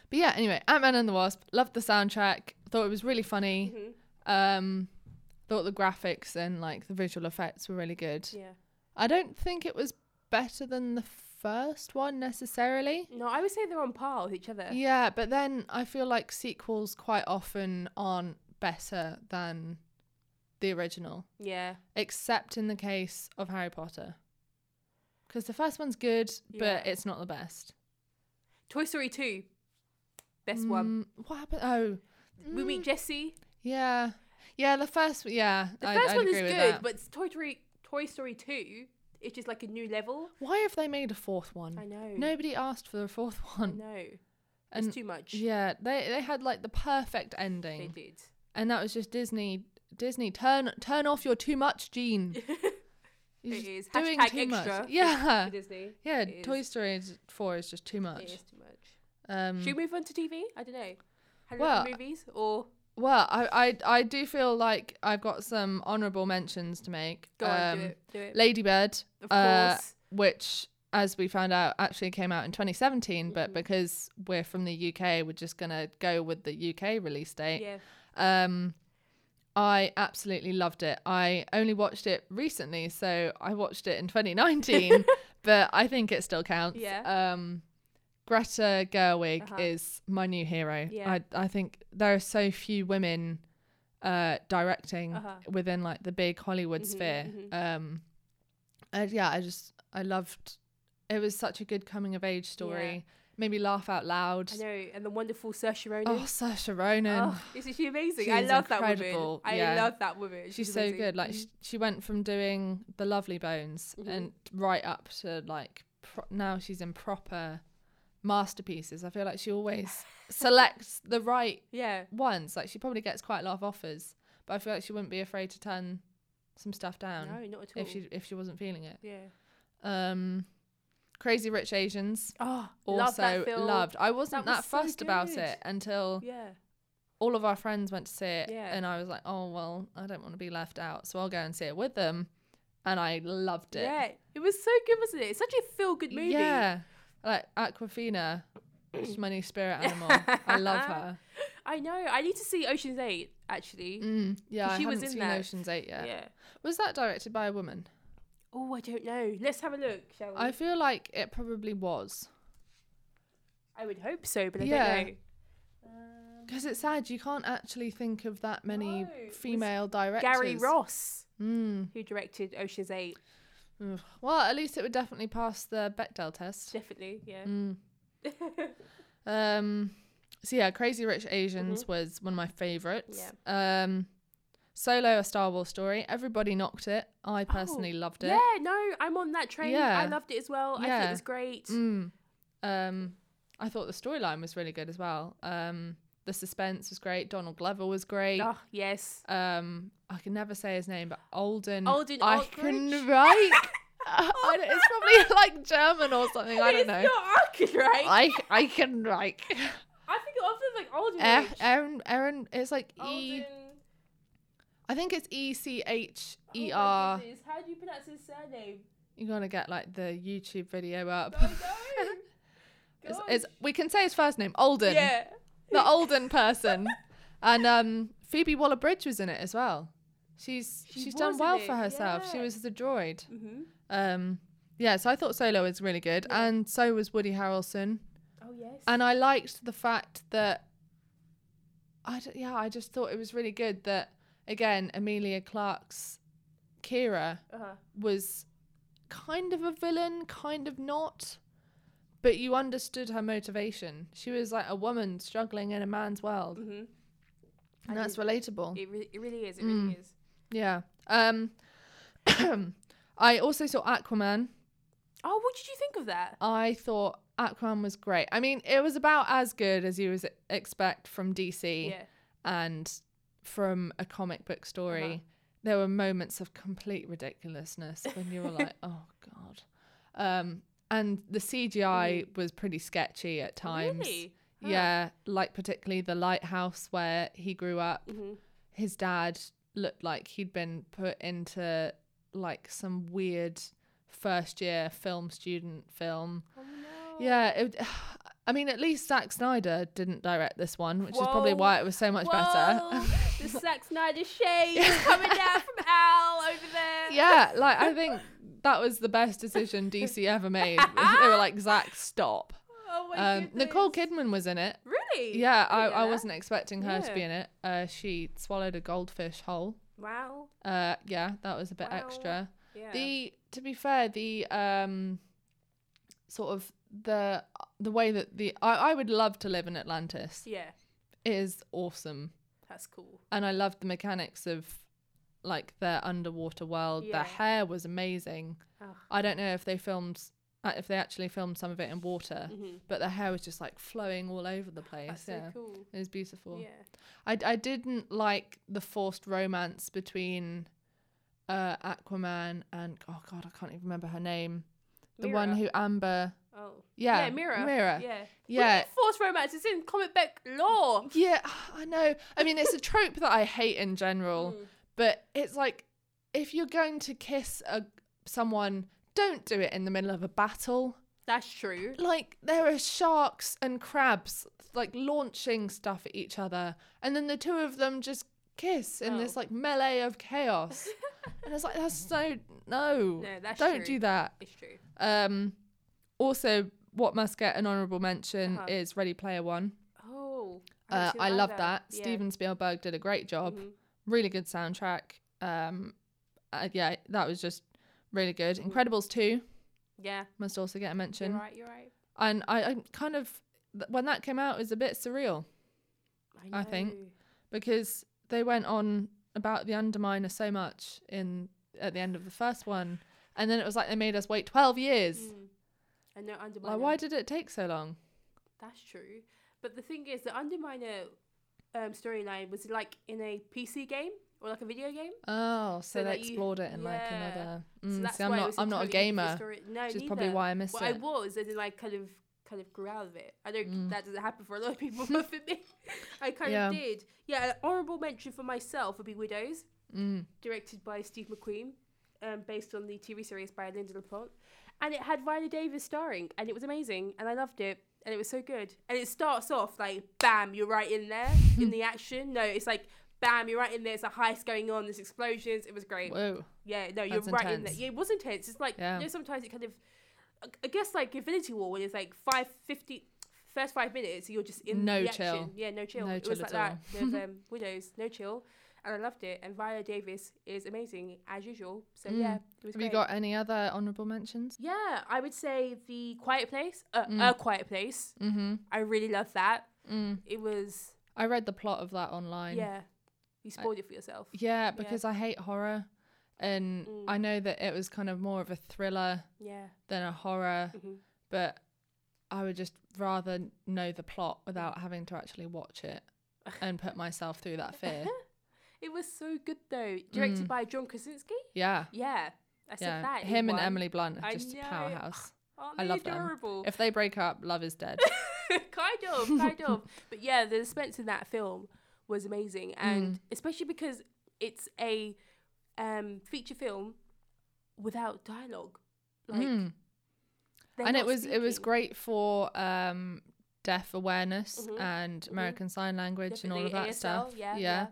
but yeah, anyway, Ant Man and the Wasp. Loved the soundtrack. Thought it was really funny. Mhm. Um, thought the graphics and like the visual effects were really good. Yeah. I don't think it was better than the first one necessarily. No, I would say they're on par with each other. Yeah, but then I feel like sequels quite often aren't better than the original, Yeah. except in the case of Harry Potter. Because the first one's good, Yeah. but it's not the best. Toy Story 2. Best one. Mm, What happened? Oh, We meet Jessie. Yeah. Yeah, the first yeah, The I'd, first I'd one is agree with good, that. but it's Toy Story Toy Story 2, it's just like a new level. Why have they made a fourth one? I know. Nobody asked for a fourth one. No. And it's too much. yeah, they they had like the perfect They ending. did. And that was just Disney Disney turn turn off your too much gene. It You're just is. doing Hashtag too extra. much. for- Yeah. For Disney. Yeah, It Toy is. Story is- 4 is just too It much. is too much. Um Should we move on to TV? I don't know. Had Well, well, movies or well, I, I I do feel like I've got some honorable mentions to make. go on, do it, do it. Ladybird Of um, uh, course, which as we found out actually came out in 2017 but Mhm. because we're from the UK we're just going to go with the UK release date yeah. um I absolutely loved it I only watched it recently so I watched it in 2019 but I think it still counts Yeah. um Greta Gerwig Uh-huh. is my new hero Yeah. I I think there are so few women uh directing Uh-huh. within like the big Hollywood Mhm, sphere mhm. um and yeah I just I loved it was such a good coming of age story made me laugh out loud I know, and the wonderful Saoirse Ronan. oh Saoirse Ronan Oh, isn't she amazing? she I is love incredible, that woman. yeah. I love that woman. she's, so amazing. good like Mhm. she, she went from doing the lovely bones Mhm. and right up to like pro- now she's in proper masterpieces I feel like she always selects the right yeah, ones like she probably gets quite a lot of offers but I feel like she wouldn't be afraid to turn some stuff down no, not at all. um, if she if she wasn't feeling it yeah. um crazy rich asians Oh, also love that film. loved i wasn't that, That was so fussed about good. it until Yeah, all of our friends went to see it Yeah. and i was like oh well i don't want to be left out so i'll go and see it with them and i loved it yeah. It was so good, wasn't it? It's such a feel-good movie. yeah like aquafina she's my new spirit animal i love her I know. I need to see Ocean's Eight actually. mm, yeah i She was haven't in seen that. oceans 8 Yeah. yet was that directed by a woman Oh, I don't know. Let's have a look, shall we? i feel like it probably was I would hope so, but I Yeah. don't know. Um, because it's sad you can't actually think of that many No, it was female directors Gary Ross, mm. who directed Ocean's Eight, Ugh. Well, at least it would definitely pass the Bechdel test. definitely. Yeah. Mm. Um, so yeah, Crazy Rich Asians Mm-hmm. was one of my favorites. Um, Solo, a Star Wars story. Everybody knocked it. I Oh, personally loved it. yeah. No, I'm on that train. I Yeah. loved it as well. I think Yeah. it was great. Mm. Um, I thought the storyline was really good as well. Um, the suspense was great. Donald Glover was great. Oh, yes. Um, I can never say his name, but Alden. Alden I Aldrich. can right. I don't- it's probably like German or something. I don't it's know. not Arkin, right? I, I I can like. think it often like Aldrich. Er- Aaron, Aaron, it's like E. Alden. I think it's E C H Oh my E R. goodness, How do you pronounce his surname? You're gonna get like the YouTube video up. I know. it's, Gosh. it's, we can say his first name, Alden, yeah. the Alden person, and um, Phoebe Waller Bridge was in it as well. She's She she's was done in well it, for herself. She yeah. was the droid. Mm-hmm. Um, yeah, so I thought Solo was really good, Yeah. and so was Woody Harrelson. Oh yes. and I liked the fact that I d- yeah I just thought it was really good that again Amelia Clark's Kira uh-huh. was kind of a villain kind of not but you Mm-hmm. understood her motivation she was like a woman struggling in a man's world hmm And that's relatable. It, re- it really is. It Mm. really is. Yeah. Um, I also saw Aquaman. Oh, what did you think of that? I thought Aquaman was great. I mean, it was about as good as you would expect from DC Yeah. and from a comic book story. Uh-huh. There were moments of complete ridiculousness when you were like, "Oh God," um, and the CGI was pretty sketchy at times. Really? Yeah, like particularly the lighthouse where he grew up. hmm His dad looked like he'd been put into like some weird first year film student film. Oh, no. Yeah, it, I mean, at least Zack Snyder didn't direct this one, which is probably Whoa. why it was so much better. Whoa, the Zack Snyder shade is coming down from Al over there. yeah, like I think that was the best decision DC ever made. they were like, Zack, stop. Oh my Um, goodness. Nicole Kidman was in it. Really? Yeah, I, didn't know I that. wasn't expecting her to be Yeah. in it. Uh, she swallowed a goldfish whole. Wow. Uh, yeah, that was a bit Wow. extra. Yeah. The to be fair, the um, sort of the the way that the I, I would love to live in Atlantis. yeah. It is awesome. That's cool. And I loved the mechanics of like their underwater world. Yeah. Their hair was amazing. Oh. I don't know if they filmed uh, if they actually filmed some of it in water, Mhm. but their hair was just like flowing all over the place. That's yeah. so cool. It was beautiful. Yeah. I, I didn't like the forced romance between uh, Aquaman and oh god, I can't even remember her name. The one Mira. who Amber, Oh. yeah, yeah Mira. Mira, Yeah. yeah. Force romance. It's in comic book law. Yeah, I know. I mean, it's a trope that I hate in general, Mm. but it's like if you're going to kiss a someone, don't do it in the middle of a battle. That's true. Like there are sharks and crabs like launching stuff at each other, and then the two of them just kiss in this Oh. like melee of chaos. and it's like that's so no. No, that's don't true. do that. It's true. Um also what must get an honorable mention Uh-huh. is Ready Player One. Oh. Uh, haven't seen I love that. Yeah. Steven Spielberg did a great job. Mhm. Really good soundtrack. Um, uh, yeah, that was just really good. Incredibles 2 Yeah. must also get a mention. You're right. You're right. And I, I kind of, th- when that came out, it was a bit surreal I, I think. know. because they went on about the Underminer so much in at the end of the first one. And then it was like they made us wait 12 years. Mm. And no underminer. Like, why did it take so long? That's true. But the thing is, the underminer um, storyline was like in a PC game or like a video game. Oh, So so, they that you- explored it in like yeah. another. So Mm, that's see, I'm why it not, was I'm not a totally different gamer, Story. No, which is neither. probably why I missed Well, it. Mm. I was, and then I kind of kind of grew out of it. I don't. That doesn't happen for a lot of people, but for me, I kind Yeah. of did. Yeah, an honourable mention for myself would be Widows, Mm. directed by Steve McQueen, um, based on the TV series by Linda LaPlante, and it had Viola Davis starring, and it was amazing, and I loved it. And it was so good. And it starts off like, bam, you're right in there in the action. No, it's like, bam, you're right in there. It's a heist going on. There's explosions. It was great. Whoa. Yeah, no, you're That's right in there. intense. Yeah, it was intense. It's like Yeah. you know sometimes it kind of, I- I guess like Infinity War when it's like five fifty, first five minutes you're just in No the action. chill. Yeah, no chill. No it chill was at like that with um, Widows, no chill, and I loved it. And Viola Davis is amazing as usual. So yeah, it was Mm. Have great. you got any other honourable mentions? yeah, I would say the Quiet Place, uh, Mm. a Quiet Place. Mm-hmm. I really loved that. Mm. It was I read the plot of that online. yeah, you spoiled it for yourself. Yeah, because I hate horror, and Mm. I know that it was kind of more of a thriller Yeah, than a horror, hmm but I would just rather know the plot Mm. without having to actually watch it and put myself through that fear. it was so good though. Directed by John Krasinski. yeah. Yeah, I said Mm. Yeah, that. he him and won. Emily Blunt are I just a know. powerhouse. Aren't I they love them. adorable? If they break up, love is dead. kind of, kind of. But yeah, the suspense in that film was amazing, and Mm. especially because it's a um, feature film without dialogue. Like, Mm. they're and it not was it was speaking. great for um deaf awareness Mhm, and American Sign Language and all of Definitely that ASL, stuff. yeah,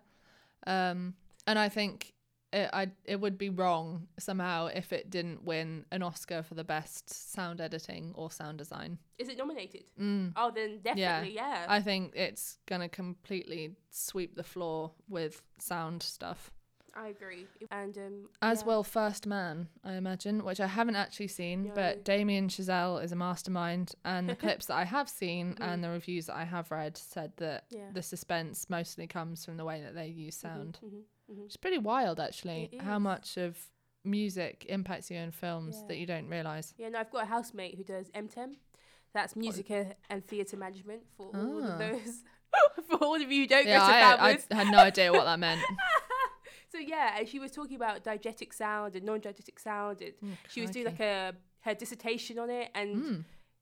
Um, and I think it, I it would be wrong somehow if it didn't win an Oscar for the best sound editing or sound design. Is it nominated? Mm. Oh, then definitely, yeah. I think it's gonna completely sweep the floor with sound stuff. I agree. And um, As yeah. well, First Man, I imagine, which I haven't actually seen, No. but Damien Chazelle is a mastermind, and the clips that I have seen and the reviews that I have read said that Mm. Yeah. the suspense mostly comes from the way that they use sound. Mhm, mhm. It's pretty wild, actually, It how is. much of music impacts you in films Yeah. that you don't realize. Yeah, no, I've got a housemate who does MTEM. That's music and- and theatre management for all Ah. of those. for all of you who don't Yeah, go to I, Fabulous. I had no idea what that meant. So yeah, and she was talking about diegetic sound and non-diegetic sound, and Mm, she was doing like a her dissertation on it, and Hmm.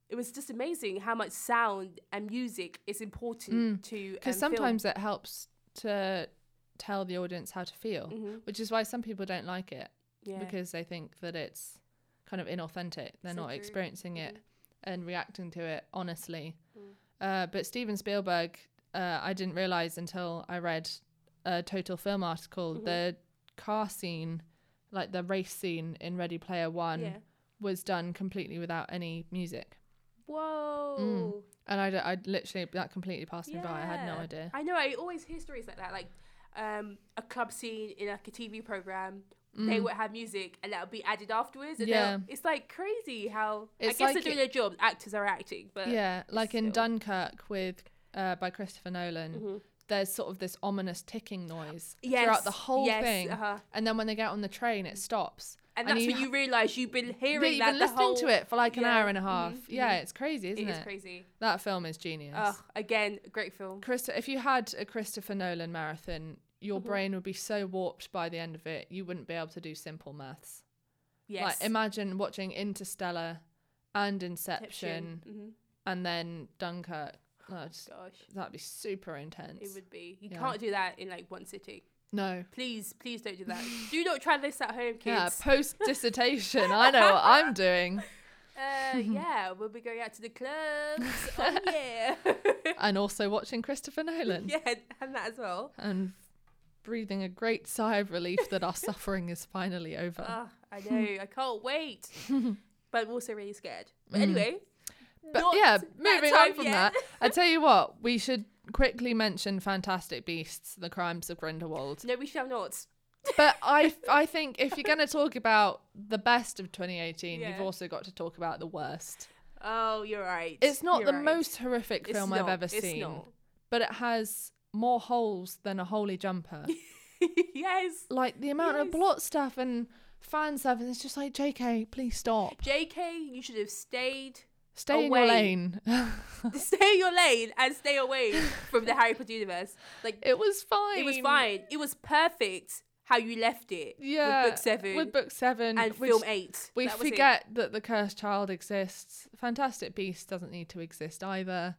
it was just amazing how much sound and music is important to. because um, film. Mm. sometimes it helps to tell the audience how to feel, Mhm. which is why some people don't like it. yeah, because they think that it's kind of inauthentic. They're So not true. experiencing it Mhm. and reacting to it honestly. Mm. Uh, but Steven Spielberg, uh, I didn't realize until I read a Total Film article Mm-hmm. the car scene, like the race scene in Ready Player One, Yeah. was done completely without any music. whoa. And I, d- I literally that completely passed me by. I had no Yeah. idea. I know. I always hear stories like that, like um, a club scene in like a TV program. They would have music, and that would be added afterwards. And Mm. Yeah. yeah, it's like crazy how It's I guess like they're doing it- their job. Actors are acting, but yeah like in Uh, still. Mm-hmm. dunkirk with uh, by christopher nolan there's sort of this ominous ticking noise Yes, throughout the whole yes, thing uh-huh. and then when they get on the train it stops and that's you, when you realise you've been yeah, hearing you've that been the listening whole, to it for like an yeah, Mm-hmm. hour and a half yeah it's crazy isn't It it, is crazy. that film is genius Ugh, again, great film. Christo- if you had a christopher nolan marathon your Mm-hmm. brain would be so warped by the end of it you wouldn't be able to do simple maths Yes. like imagine watching interstellar and inception Mhm. and then dunkirk Oh, just- Gosh, That'd be super intense. it would be. You Yeah. can't do that in like one sitting. No. Please, please don't do that. do not try this at home, Yeah, kids. post dissertation. I know what I'm doing. Uh, yeah, we'll be going out to the clubs. oh yeah. And also watching Christopher Nolan yeah, and that as well. and breathing a great sigh of relief that our suffering is finally over. Ugh, I know. I can't wait. but I'm also really scared. But anyway. Mm. but not yeah, that moving time on from yet. that, I tell you what, we should quickly mention Fantastic Beasts: The Crimes of Grindelwald. No, we shall not. But I, I think if you're going to talk about the best of 2018, you've Yeah. also got to talk about the worst. Oh, you're right. It's not You're the right. most horrific It's film I've not, ever it's seen, not. but it has more holes than a holy jumper. yes. like the amount of Yes. plot stuff and fan stuff, and it's just like, JK, please stop. JK, you should have stayed. Stay in away. your lane. Stay in your lane and stay away from the Harry Potter universe. Like it was fine. it was fine. It was perfect how you left it. Yeah, With book seven With book seven, and we film s- eight. We That was it. forget that the cursed child exists. Fantastic Beast doesn't need to exist either,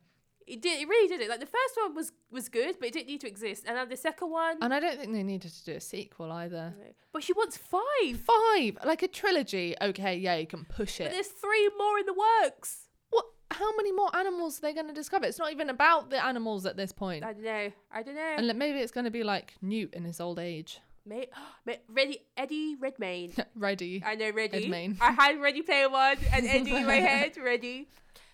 It did. It really did it. Like the first one was was good, but it didn't need to exist. And then the second one. and I don't think they needed to do a sequel either. but she wants five. Five, like a trilogy. Okay, yeah, you can push it. But there's three more in the works. what how many more animals are they going to discover it's not even about the animals at this point I don't know. I don't know. and li- maybe it's going to be like newt in his old age May, May, ready, Eddie Redmayne. ready I know Ready. Redmayne. I had Ready Player One and Eddie in my head, Ready.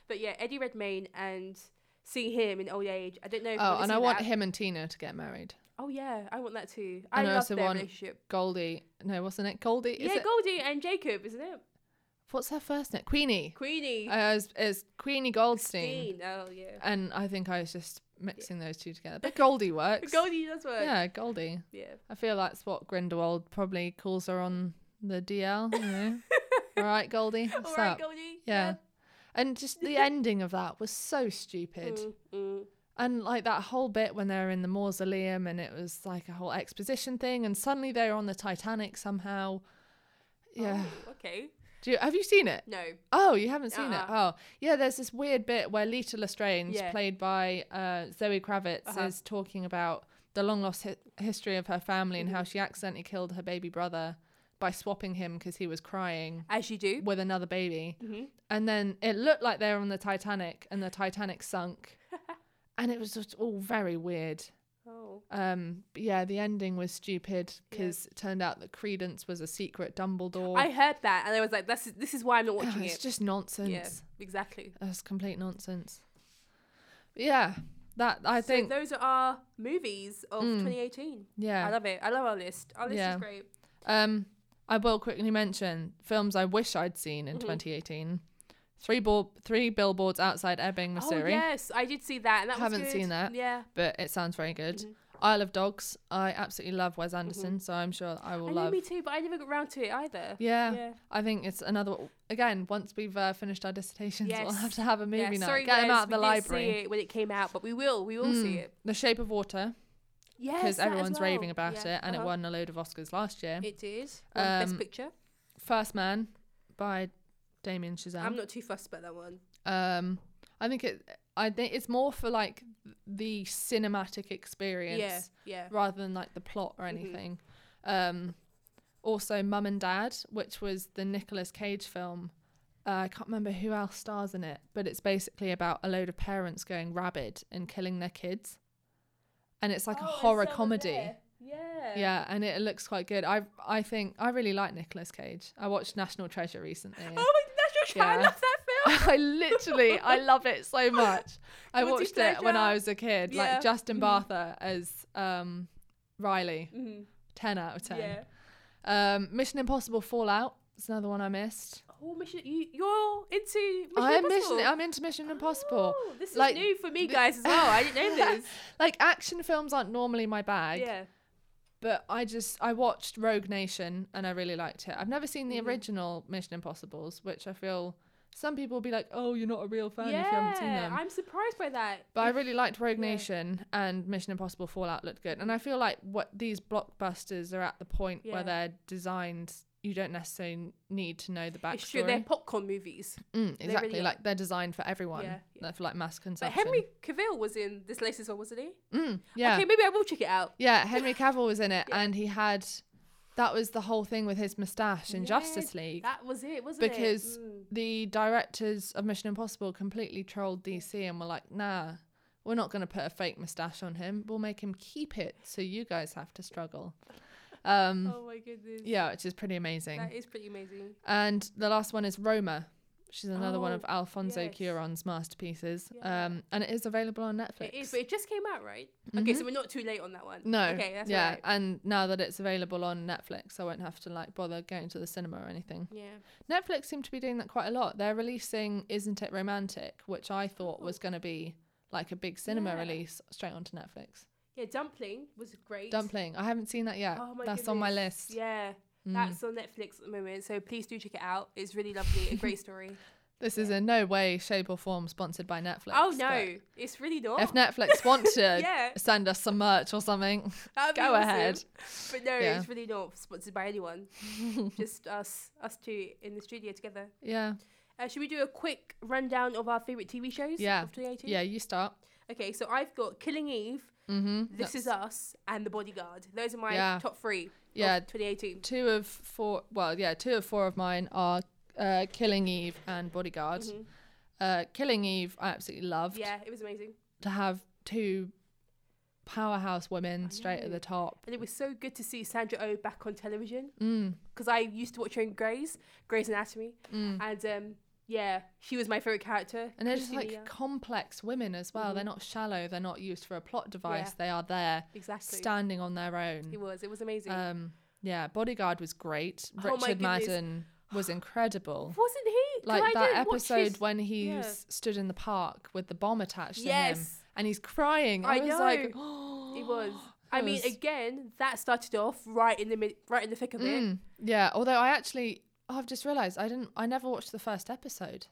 But yeah, Eddie Redmayne and seeing him in old age. I don't know. If oh wanna and see i want that. him and tina to get married Oh yeah, I want that too. I and love also their want- relationship. goldie no wasn't it goldie is yeah, it Goldie and Jacob, isn't it? what's her first name queenie Queenie. uh, is, is queenie goldstein Dean. Oh yeah. and i think i was just mixing those two together but goldie works Goldie does work. Yeah. yeah goldie yeah. i feel that's what grindelwald probably calls her on the dl you know? all right goldie what's All right, up Goldie. Yeah. And just the ending of that was so stupid. Mm, mm. And like that whole bit when they're in the mausoleum and it was like a whole exposition thing and suddenly they're on the Titanic somehow. Yeah. Oh, okay. Do you, have you seen it? No. Oh, you haven't seen it. Uh-uh. Oh. Yeah, there's this weird bit where Lita Lestrange Yeah. Uh-huh. played by uh, Zoe Kravitz is talking about the long lost hi- history of her family and how Mm-hmm. she accidentally killed her baby brother by swapping him because he was crying As you do. with another baby. Mm-hmm. And then it looked like they were on the Titanic and the Titanic sunk. and it was just all very weird. Oh. Um, but yeah, the ending was stupid because it turned out that Credence was a secret Dumbledore. I heard that and I was like, this is this is why I'm not Ugh, watching it's it. just nonsense. Yeah. Exactly. That's complete nonsense. But yeah, That I So think Mm. those are our movies of 2018. I yeah. love it. I love our list. Our list Yeah. is great. Um I will quickly mention films I wish I'd seen Mm-hmm. in 2018. Three ball, three billboards outside Ebbing, Missouri. Oh yes, I did see that. And that was Haven't good. seen that. Yeah, But it sounds very good. Mm-hmm. Isle of Dogs. I absolutely love Wes Anderson, so I'm sure I will I know love. me too, but I never got round to it either. Yeah. Yeah. I think it's another again. Once we've uh, finished our dissertations, we'll Yes. have to have a movie yeah, night. sorry, Get them Wes, out of the we library. Didn't see it when it came out, but we will. We will see Mm. it. The Shape of Water, Yes, because that as everyone's well. raving about Yeah, it, and it uh-huh. won a load of Oscars last year. It did. Won Best Um, picture. First Man by Damien Chazelle. I'm not too fussed about that one. um, I think it. I think it's more for like the cinematic experience Yeah, Mm-hmm. yeah. rather than like the plot or anything. Um, also, Mum and Dad, which was the Nicolas Cage film. Uh, I can't remember who else stars in it, but it's basically about a load of parents going rabid and killing their kids, and it's like Oh, a horror comedy. Yeah. Yeah, and it looks quite good. I I think I really like Nicolas Cage. I watched National Treasure recently. Oh my gosh, I Yeah. love that film. I literally, I love it so much. I Guilty watched it when I pleasure. was a kid, Yeah. mm-hmm. like Justin Bartha as um, Riley, Mhm. ten out of ten. Yeah. Um, Mission Impossible Fallout. It's another one I missed. Oh, Mission, you, you're into Mission I'm Impossible. Mission. I'm into Mission Impossible. Oh, this Like, is new for me, the- guys, as well. I didn't know this. Like action films aren't normally my bag, yeah. but I just I watched Rogue Nation and I really liked it. I've never seen Mm-hmm. the original Mission Impossibles, which I feel some people will be like, "Oh, you're not a real fan if you haven't seen Yeah, them." I'm surprised by that. But I really liked Rogue Yeah. Nation and Mission Impossible Fallout looked good. And I feel like what these blockbusters are at the point Yeah. where they're designed you don't necessarily need to know the backstory. It's true, they're popcorn movies. Mm, they exactly. really are. like they're designed for everyone. Yeah, yeah. They're for like mass But consumption. Henry Cavill was in this latest one, wasn't he? Mm, yeah. Okay, maybe I will check it out. Yeah, Henry Cavill was in it Yeah. and he had that was the whole thing with his mustache in Yeah, Justice League. That was it, wasn't it? because Mm. the directors of Mission Impossible completely trolled DC and were like, nah, we're not going to put a fake mustache on him. We'll make him keep it so you guys have to struggle. Um, Oh my goodness. Yeah, which is pretty amazing. That is pretty amazing. and the last one is Roma. She's another one Oh, of Alfonso yes. Cuaron's masterpieces. Yeah. Um, and it is available on Netflix. It is, but it just came out, right? Okay, so we're not too late on that one. Mm-hmm. no. Okay, that's yeah. all right. And now that it's available on Netflix, I won't have to like bother going to the cinema or anything. Yeah. Netflix seem to be doing that quite a lot. They're releasing Isn't It Romantic, which I thought was going to be like a big cinema Yeah. release straight onto Netflix. Yeah, Dumpling was great. Dumpling. I haven't seen that yet. Oh my That's on my goodness. list. Yeah. Mm. That's on Netflix at the moment, so please do check it out. It's really lovely, a great story. This is in no way, shape, or form sponsored by Netflix. oh but no, it's really not. If Netflix want to Yeah. send us some merch or something, That'd be go awesome. ahead. But no, Yeah. it's really not sponsored by anyone. Just us, us two in the studio together. Yeah. Uh, should we do a quick rundown of our favorite TV shows? Yeah. Of 2018? Yeah, you start. Okay, so I've got Killing Eve, Mm-hmm. This Is Us, and The Bodyguard. Those are my Yeah. top three. Yeah. Of 2018. Two of four, well, yeah, two of four of mine are uh, Killing Eve and Bodyguard. Uh, Killing Eve, I absolutely loved. Mm-hmm. Yeah, it was amazing, to have two powerhouse women straight at the top. and it was so good to see Sandra O oh back on television Mm. because I used to watch her in Grey's, Grey's Anatomy, Mm. and um, yeah, she was my favorite character. And they're just like Christina. complex women as well. They're not shallow. They're not used for a plot Mm. device. Yeah. They are there, exactly. standing on their It own. was. It was amazing. Um, yeah, Bodyguard was great. Oh my Richard goodness. Madden was incredible. Wasn't he? 'Cause Like I that didn't watch episode his- when he's yeah. stood in the park with the bomb attached to him Yes. and he's crying. I, I was like, It was. I mean, was- again, that started off right in the mid, right in the thick of it. Mm. yeah. Although I actually, oh, I've just realised I didn't. I never watched the first episode.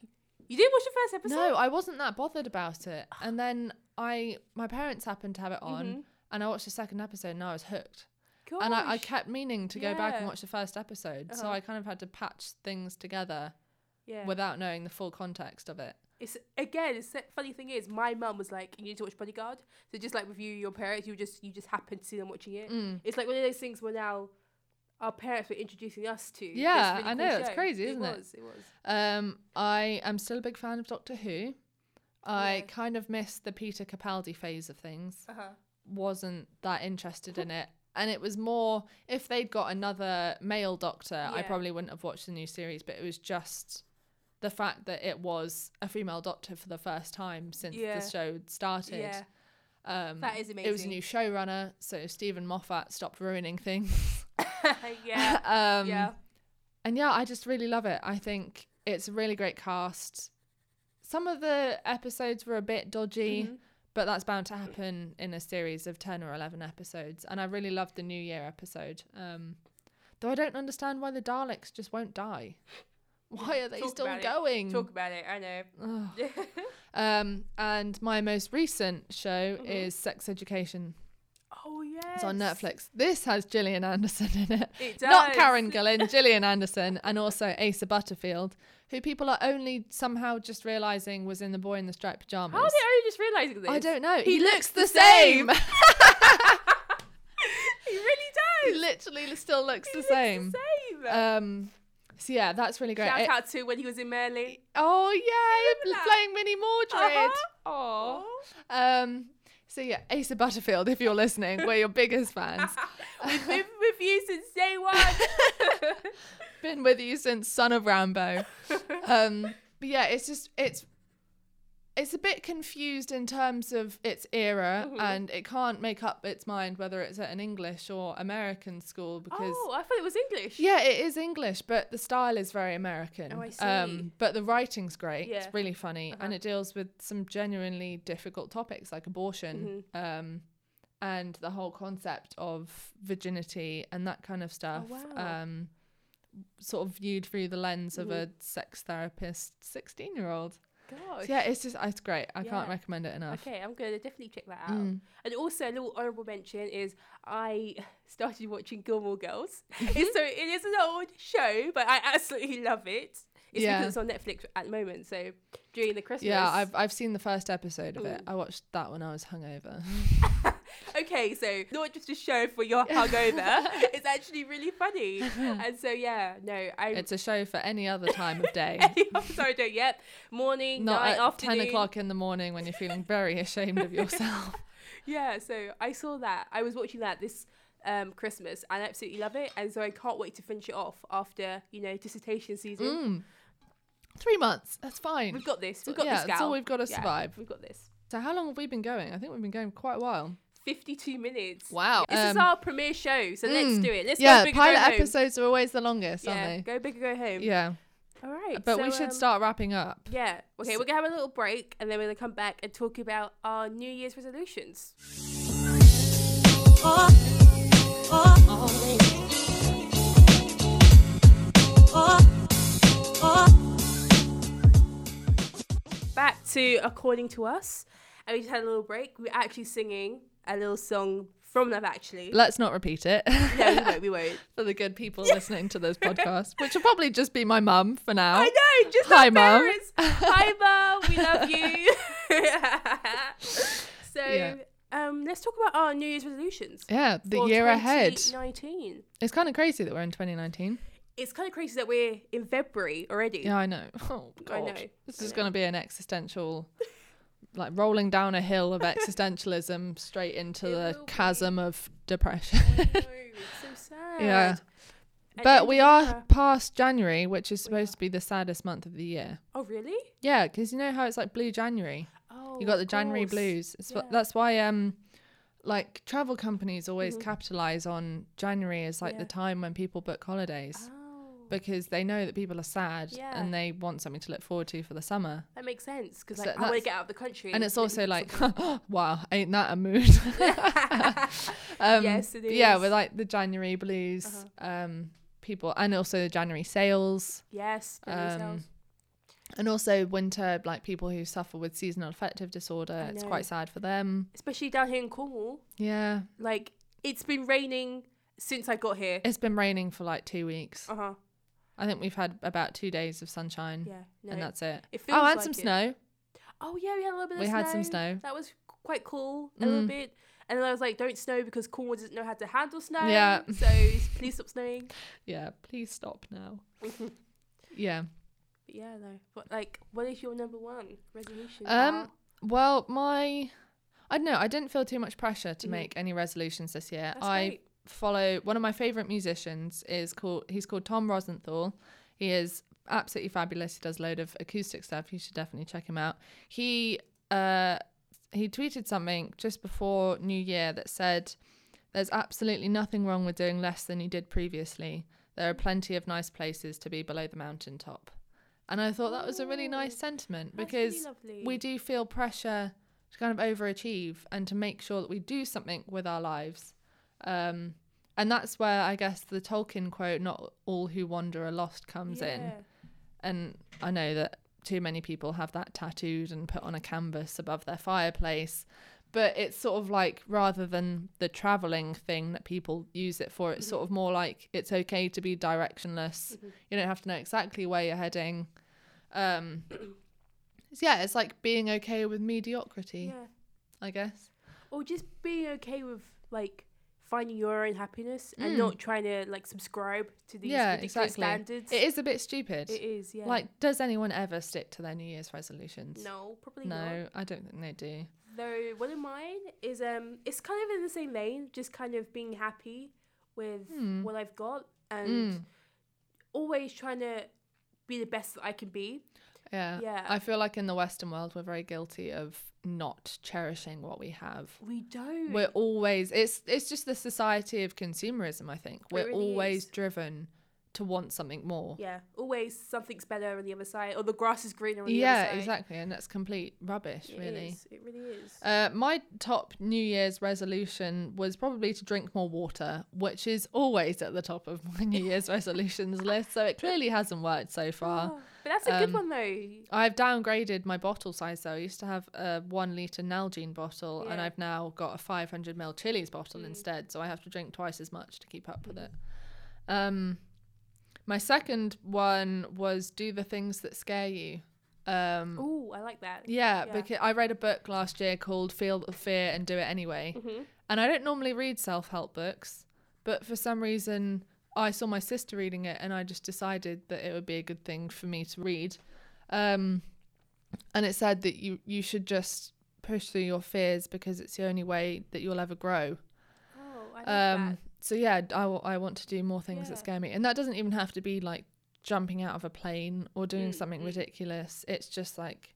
You didn't watch the first episode. No, I wasn't that bothered about it. And then I, my parents happened to have it on, Mm-hmm. and I watched the second episode, and I was hooked. Oh, Gosh. And I, I kept meaning to go back and Yeah. watch the first episode, so Uh-huh. I kind of had to patch things together yeah. without knowing the full context of it. It's again. It's the funny thing is, my mum was like, "You need to watch Bodyguard." So just like with you, your parents, you just you just happened to see them watching it. Mm. It's like one of those things where now our parents were introducing us to. this Yeah, really I cool know, it's show. crazy, isn't it? It was. It was. Um, I am still a big fan of Doctor Who. I Yeah. kind of missed the Peter Capaldi phase of things. Uh huh. wasn't that interested in it. And it was more if they'd got another male doctor, I Yeah. probably wouldn't have watched the new series, but it was just the fact that it was a female doctor for the first time since Yeah. the show started. Yeah. Um, That is amazing. It was a new showrunner, so Stephen Moffat stopped ruining things. yeah. um, yeah. And yeah, I just really love it. I think it's a really great cast. Some of the episodes were a bit Mm-hmm. dodgy, but that's bound to happen in a series of 10 or 11 episodes. And I really loved the New Year episode. Um, though I don't understand why the Daleks just won't die. Why are they Talk still about it. going? Talk about it. I know. Ugh. Um, and my most recent Mm-hmm. show is Sex Education. oh yeah. It's on Netflix. This has Gillian Anderson in it. It Not does. Karen Gillan, Gillian Anderson, and also Asa Butterfield, who people are only somehow just realizing was in The Boy in the Striped Pajamas. How are they only just realizing this? I don't know. He looks the same. He really he does. literally still looks He the looks same. the same. Um, so yeah, that's really great. Uh, Shout It- out to when he was in Merlin. oh yeah, Remember that? playing Minnie Mordred. Uh-huh. Aw. Aw. Um, so yeah, Asa Butterfield, if you're listening, we're your biggest fans. We've been with you since day one. been with you since Son of Rambo. Um, but yeah, it's just it's it's a bit confused in terms of its era, Mm-hmm. and it can't make up its mind whether it's at an English or American school because. oh, I thought it was English. Yeah, it is English, but the style is very American. Um, Oh, I see. but the writing's great. Yeah. Uh-huh. It's really funny, and it deals with some genuinely difficult topics like abortion, Mm-hmm. um, and the whole concept of virginity and that kind of stuff. Oh, wow. Mm-hmm. Um, sort of viewed through the lens of a sex therapist, sixteen-year-old. Gosh. yeah, it's just it's great. I Oh, Yeah. can't recommend it enough. Okay, I'm gonna definitely check that out. Mm. And also, a little honourable mention is I started watching Gilmore Girls. Mm-hmm. It's so it is an old show, but I absolutely love it. It's Yeah. because it's on Netflix at the moment. So during the Christmas, Yeah, I've I've seen the first episode of it. I watched that when I was hungover. okay, so not just a show for your hungover. it's actually really funny. And so yeah, no, I. It's a show for any other time of day. I'm sorry, don't yet. Morning, Not night, at afternoon. 10 o'clock in the morning when you're feeling very ashamed of yourself. Yeah, so I saw that. I was watching that this um, Christmas and I absolutely love it. And so I can't wait to finish it off after, you know, dissertation season. Mm. Three months, that's fine. We've got this. We've got Mm. yeah, this, gal. that's all we've got to Yeah, survive. We've got this. So, how long have we been going? I think we've been going quite a while. 52 minutes. Wow. This is Um, mm. our premiere show, so let's do it. Let's yeah, go big pilot or go home. episodes are always the longest, Yeah, aren't they? go big or go home. Yeah, All right. but so, we should um, start wrapping up. Yeah. Okay, So- we're going to have a little break and then we're going to come back and talk about our New Year's resolutions. Back to According to Us. And we just had a little break. We're actually singing a little song from Love Actually. Let's not repeat it no, we won't. We won't. for the good people listening to this podcast, which will probably just be my mum for now. I know. Just Oh. Hi, our Mum. parents. Hi, mum. We love you. so, Yeah. um, let's talk about our New Year's resolutions. Yeah, the for year ahead. 2019. It's kind of crazy that we're in 2019. It's kind of crazy that we're in February already. Yeah, I know. Oh I god, know, this I is know. going to be an existential, like rolling down a hill of existentialism straight into It the will be. chasm of depression. No, it's so sad. Yeah. And but we are Angela- past January, which is supposed to be the saddest month of the year. Oh, really? Yeah, because you know how it's like blue January. Oh, you got of the January course. blues. It's wh- Yeah. that's why um, like travel companies always capitalize on January as like Mm-hmm. Yeah. the time when people book holidays. Oh, Because they know that people are sad Yeah. and they want something to look forward to for the summer. that makes sense because So like, I want to that's- get out of the country. and it's let me also do like something. wow ain't that a mood um Yes, it but yeah is. Uh-huh. with like the january blues um people and also the january sales yes, by um yourself. and also winter like people who suffer with seasonal affective disorder it's know. quite sad for them especially down here in Cornwall. yeah Like it's been raining since I got here. it's been raining for like two weeks Uh huh. i think we've had about two days of sunshine Yeah. No. and that's it, It feels oh and like some it. snow Oh yeah, we had a little bit. Of We snow. had some snow. Mm. That was quite cool. A little bit. And then I was like, "Don't snow because Cornwall doesn't know how to handle snow." Yeah. So please stop snowing. yeah please stop now yeah But yeah, no. But like, what is your number one resolution? Um, Val? well, my, I don't know. I didn't feel too much pressure to make any resolutions this year. Mm-hmm. That's I great. follow one of my favorite musicians is called. He's called Tom Rosenthal. He is absolutely fabulous. He does a load of acoustic stuff. You should definitely check him out. He uh he tweeted something just before New Year that said, "There's absolutely nothing wrong with doing less than you did previously. There are plenty of nice places to be below the mountaintop." And I thought that was a really nice sentiment Oh, That's really because lovely. we do feel pressure to kind of overachieve and to make sure that we do something with our lives. Um, and that's where I guess the Tolkien quote, not all who wander are lost, comes in. Yeah. And I know that too many people have that tattooed and put on a canvas above their fireplace. But it's sort of like rather than the traveling thing that people use it for, Mm-hmm. it's sort of more like it's okay to be directionless. You don't have to know exactly where you're heading. Um, so yeah, it's like being okay with mediocrity, Yeah. I guess. Or just being okay with like finding your own happiness Mm. and not trying to like subscribe to these Yeah, ridiculous exactly. standards. It is a bit stupid. It is, yeah. Like, does anyone ever stick to their New Year's resolutions? no, probably not. No, I don't think they do. Though one of mine is um, it's kind of in the same lane, just kind of being happy with Hmm. what I've got and Mm. always trying to be the best that I can be. Yeah. Yeah. I feel like in the Western world, we're very guilty of not cherishing what we have. We don't. We're always it's it's just the society of consumerism. I think we're really always is. driven to want something more. yeah, always something's better on the other side, or the grass is greener on the Yeah, other side. exactly, and that's complete rubbish, It really. is, It really is. Uh, my top New Year's resolution was probably to drink more water, which is always at the top of my New Year's resolutions list. So it clearly hasn't worked so far. Oh, but that's a good one um, though. I've downgraded my bottle size though. I used to have a one litre Nalgene bottle and Yeah. I've now got a 500ml Chili's bottle instead. So I have to drink twice as much to keep up with it. Um, my second one was do the things that scare you. Um, Oh, I like that. yeah, yeah. because I read a book last year called Feel the Fear and Do It Anyway. And I don't normally read self help books, but for some reason, I saw my sister reading it and I just decided that it would be a good thing for me to read. Um, and it said that you, you should just push through your fears because it's the only way that you'll ever grow. Oh, I like Um, so, yeah, I wa- I want to do more things Yeah. that scare me. And that doesn't even have to be like jumping out of a plane or doing Mm, something mm. ridiculous. It's just like,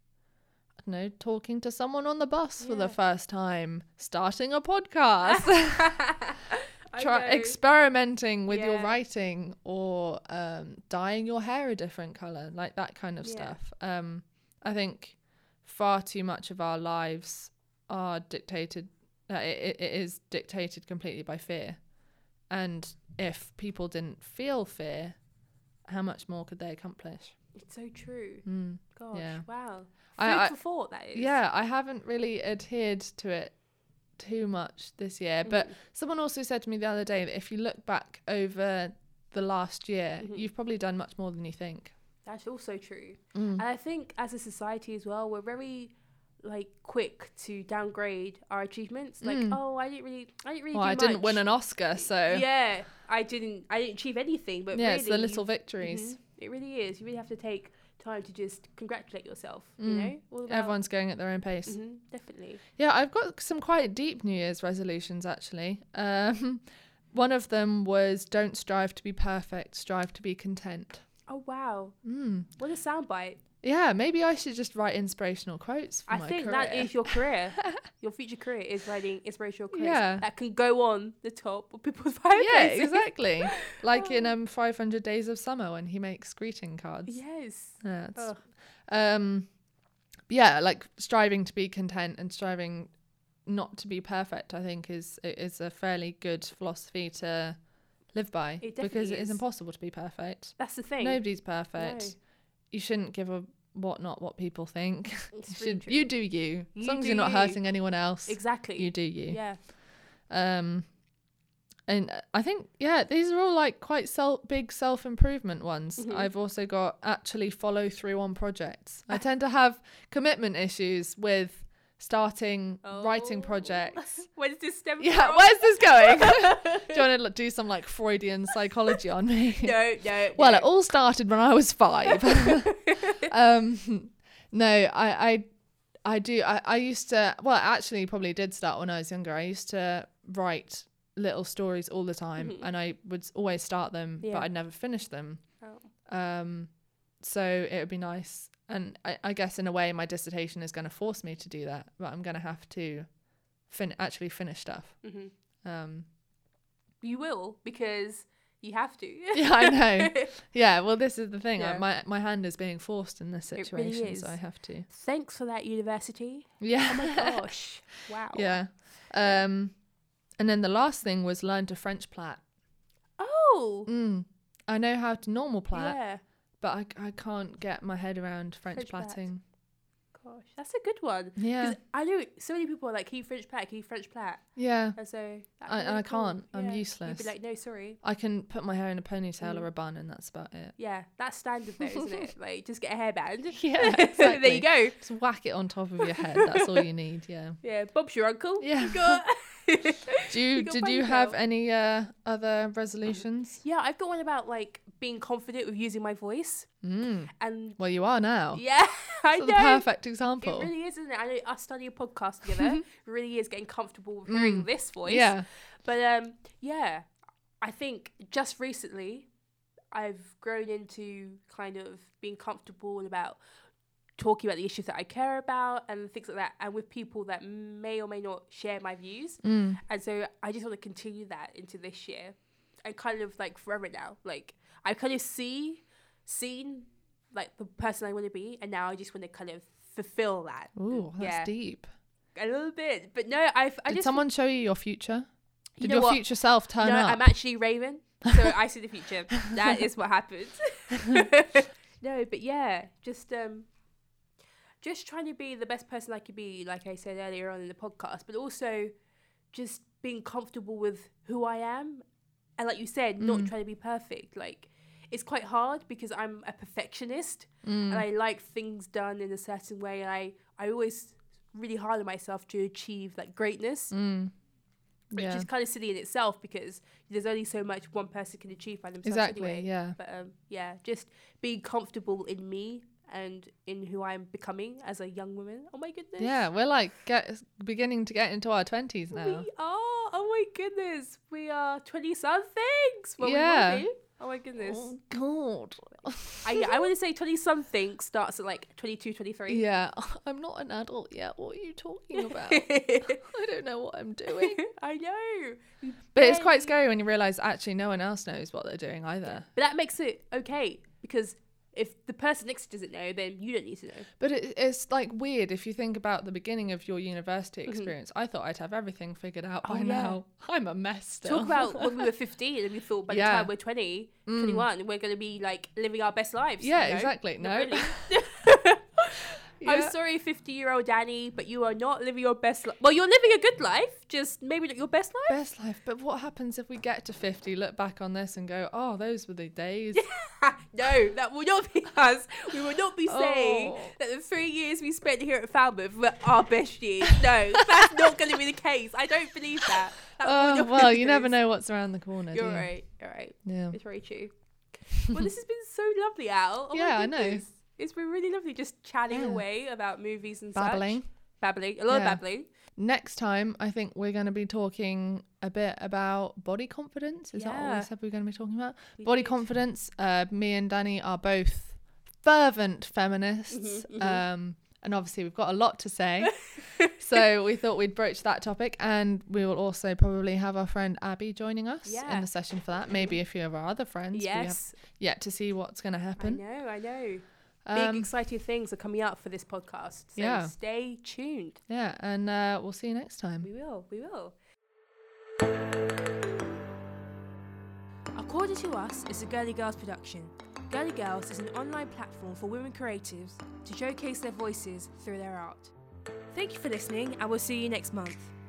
I don't know, talking to someone on the bus for Yeah. the first time, starting a podcast that. I try know. experimenting with your Yeah. writing or um, dyeing your hair a different color, like that kind of Yeah. stuff. Um, I think far too much of our lives are dictated. Uh, it, it is dictated completely by fear, and if people didn't feel fear, how much more could they accomplish? It's so true. Mm. Gosh, Yeah. wow. Food I- I- for thought, that is. Yeah, I haven't really adhered to it too much this year. But Mm. someone also said to me the other day that if you look back over the last year, Mhm. you've probably done much more than you think. That's also true. Mm. And I think as a society as well, we're very like quick to downgrade our achievements. Like, Mm. oh, I didn't really, I didn't really. Well, do I didn't win much. an Oscar, so yeah, Yeah, I didn't. I didn't achieve anything. But really, it's the you- little victories. Mhm. It really is. You really have to take time to just congratulate yourself. You Mm. know, All about- Everyone's going at their own pace. Mhm, definitely. Yeah, I've got some quite deep New Year's resolutions actually. Um, one of them was don't strive to be perfect, strive to be content. Oh wow, Mm. what a soundbite! Yeah, maybe I should just write inspirational quotes for I Oh my think career. that is your career. your future career is writing inspirational quotes Yeah. that can go on the top of people's fireplaces. yeah, exactly. like in um 500 Days of Summer when he makes greeting cards. Yes. Yeah. it's- Ugh. um, yeah, like striving to be content and striving not to be perfect, I think is is a fairly good philosophy to live by It because definitely it is. is impossible to be perfect. That's the thing. Nobody's perfect. You shouldn't give a what not what people think. You It's really should true. you do you. As You long as do you're not you. hurting anyone else, exactly. you do you. Yeah. Um, and uh, I think yeah, these are all like quite self big self improvement ones. Mhm. I've also got actually follow through on projects. I tend to have commitment issues with starting writing Oh. projects. Where does this stem Yeah, from? where's this going? do you want to do some like Freudian psychology on me? No, no. Well, no. it all started when I was five. um, no, I, I, I do. I, I used to. Well, I actually, probably did start when I was younger. I used to write little stories all the time, Mhm. and I would always start them, Yeah. but I'd never finish them. Oh. Um, so it would be nice and I, I guess in a way my dissertation is going to force me to do that but i'm going to have to fin- actually finish stuff Mhm. um You will because you have to. yeah i know yeah well this is the thing I- Yeah. my my hand is being forced in this It situation really is. so i have to Thanks for that university. yeah Oh my gosh. Wow. yeah um and then the last thing was learn to french plat Oh. mm. i know how to normal plat Yeah. but I, I can't get my head around french, French plat. platting Gosh, that's a good one. yeah Because I know so many people are like, "Can you French plat? Can you French plat?" yeah And so that'd be I- and I cool. can't. I'm You'd useless. be like, "No, sorry." i can put my hair in a ponytail Mm. or a bun and that's about it Yeah, that's standard though, isn't it? Like, just get a hairband. Yeah, there exactly. you go. Just whack it on top of your head. That's all you need. Yeah. Yeah, Bob's your uncle. Yeah. You got- Do you, You got did you have ponytail. any uh, other resolutions? yeah, I've got one about like being confident with using my voice, Mm. and Well, you are now. yeah, I That's Oh. the know. perfect It example. really is, isn't it? I know us studying a podcast together really is getting comfortable with hearing this voice. Mm. yeah. But um, yeah, I think just recently I've grown into kind of being comfortable and about talking about the issues that I care about and things like that, and with people that may or may not share my views. Mm. And so I just want to continue that into this year. I kind of like forever now. Like I kind of see, seen like the person I want to be, and now I just want to kind of fulfill that Ooh, that's Yeah. deep. a little bit. But no, I've I Did just someone show you your future? you Did know your what? future self turn no, up? I'm actually Raven. So I see the future. That is what happened. no, but yeah, just um just trying to be the best person I could be, like I said earlier on in the podcast, but also just being comfortable with who I am. And like you said, Mm. not trying to be perfect. Like it's quite hard because I'm a perfectionist and Mm. I like things done in a certain way and I, I always really hard on myself to achieve like greatness Mm. which Yeah. is kind of silly in itself because there's only so much one person can achieve by themselves. Exactly. anyway. Yeah. But um, yeah, just being comfortable in me and in who I'm becoming as a young woman. Oh my goodness. Yeah. We're like get, beginning to get into our 20s We now. are. Oh my goodness. We are 20 somethings. Well, Yeah. We will be. Oh my goodness. God. I, yeah, I want to say 20 something starts at like 22, 23. yeah. I'm not an adult yet. What are you talking about? I don't know what I'm doing. I know. But it's Yay. quite scary when you realise actually no one else knows what they're doing either. But that makes it okay because if the person next to you doesn't know, then you don't need to know. But it, it's like weird if you think about the beginning of your university experience. I thought I'd have everything figured out by Mm-hmm. Oh, yeah. now. I'm a mess still. Talk about when we were 15 and we thought by Yeah. Mm. the time we're 20, 21, we're going to be like living our best lives. yeah, you know? exactly. No. Not really. I'm Yeah. sorry, 50 year old Danny, but you are not living your best life. Well, you're living a good life, just maybe not your best life. Best life. But what happens if we get to 50, look back on this and go, oh, those were the days? Ha, no, that will not be us. We will not be saying Oh. that the three years we spent here at Falmouth were our best years. No, that's not going to be the case. I don't believe that. That will oh, not be well, the you never case. know what's around the corner. You're do you? right. You're right. Yeah. It's very true. Well, this has been so lovely, Al. Oh my Yeah, I know. goodness. It's been really lovely just chatting Yeah. away about movies and Babbling. such. Babbling. A lot Yeah. of babbling. Next time, I think we're going to be talking a bit about body confidence. Is that what Yeah. we said we were going to be talking about? We body did. confidence. Uh, me and Danny are both fervent feminists. Mhm, mhm. Um, and obviously, we've got a lot to say. so we thought we'd broach that topic. And we will also probably have our friend Abby joining us Yeah. in the session for that. Maybe a few of our other friends. We have Yes. yet to see what's going to I happen. know, I know. Um, Big exciting things are coming up for this podcast. So Yeah. stay tuned. yeah. And uh, we'll see you next time. We will, we will. According to Us is a Girly Girls production. Girly Girls is an online platform for women creatives to showcase their voices through their art. Thank you for listening, and we'll see you next month.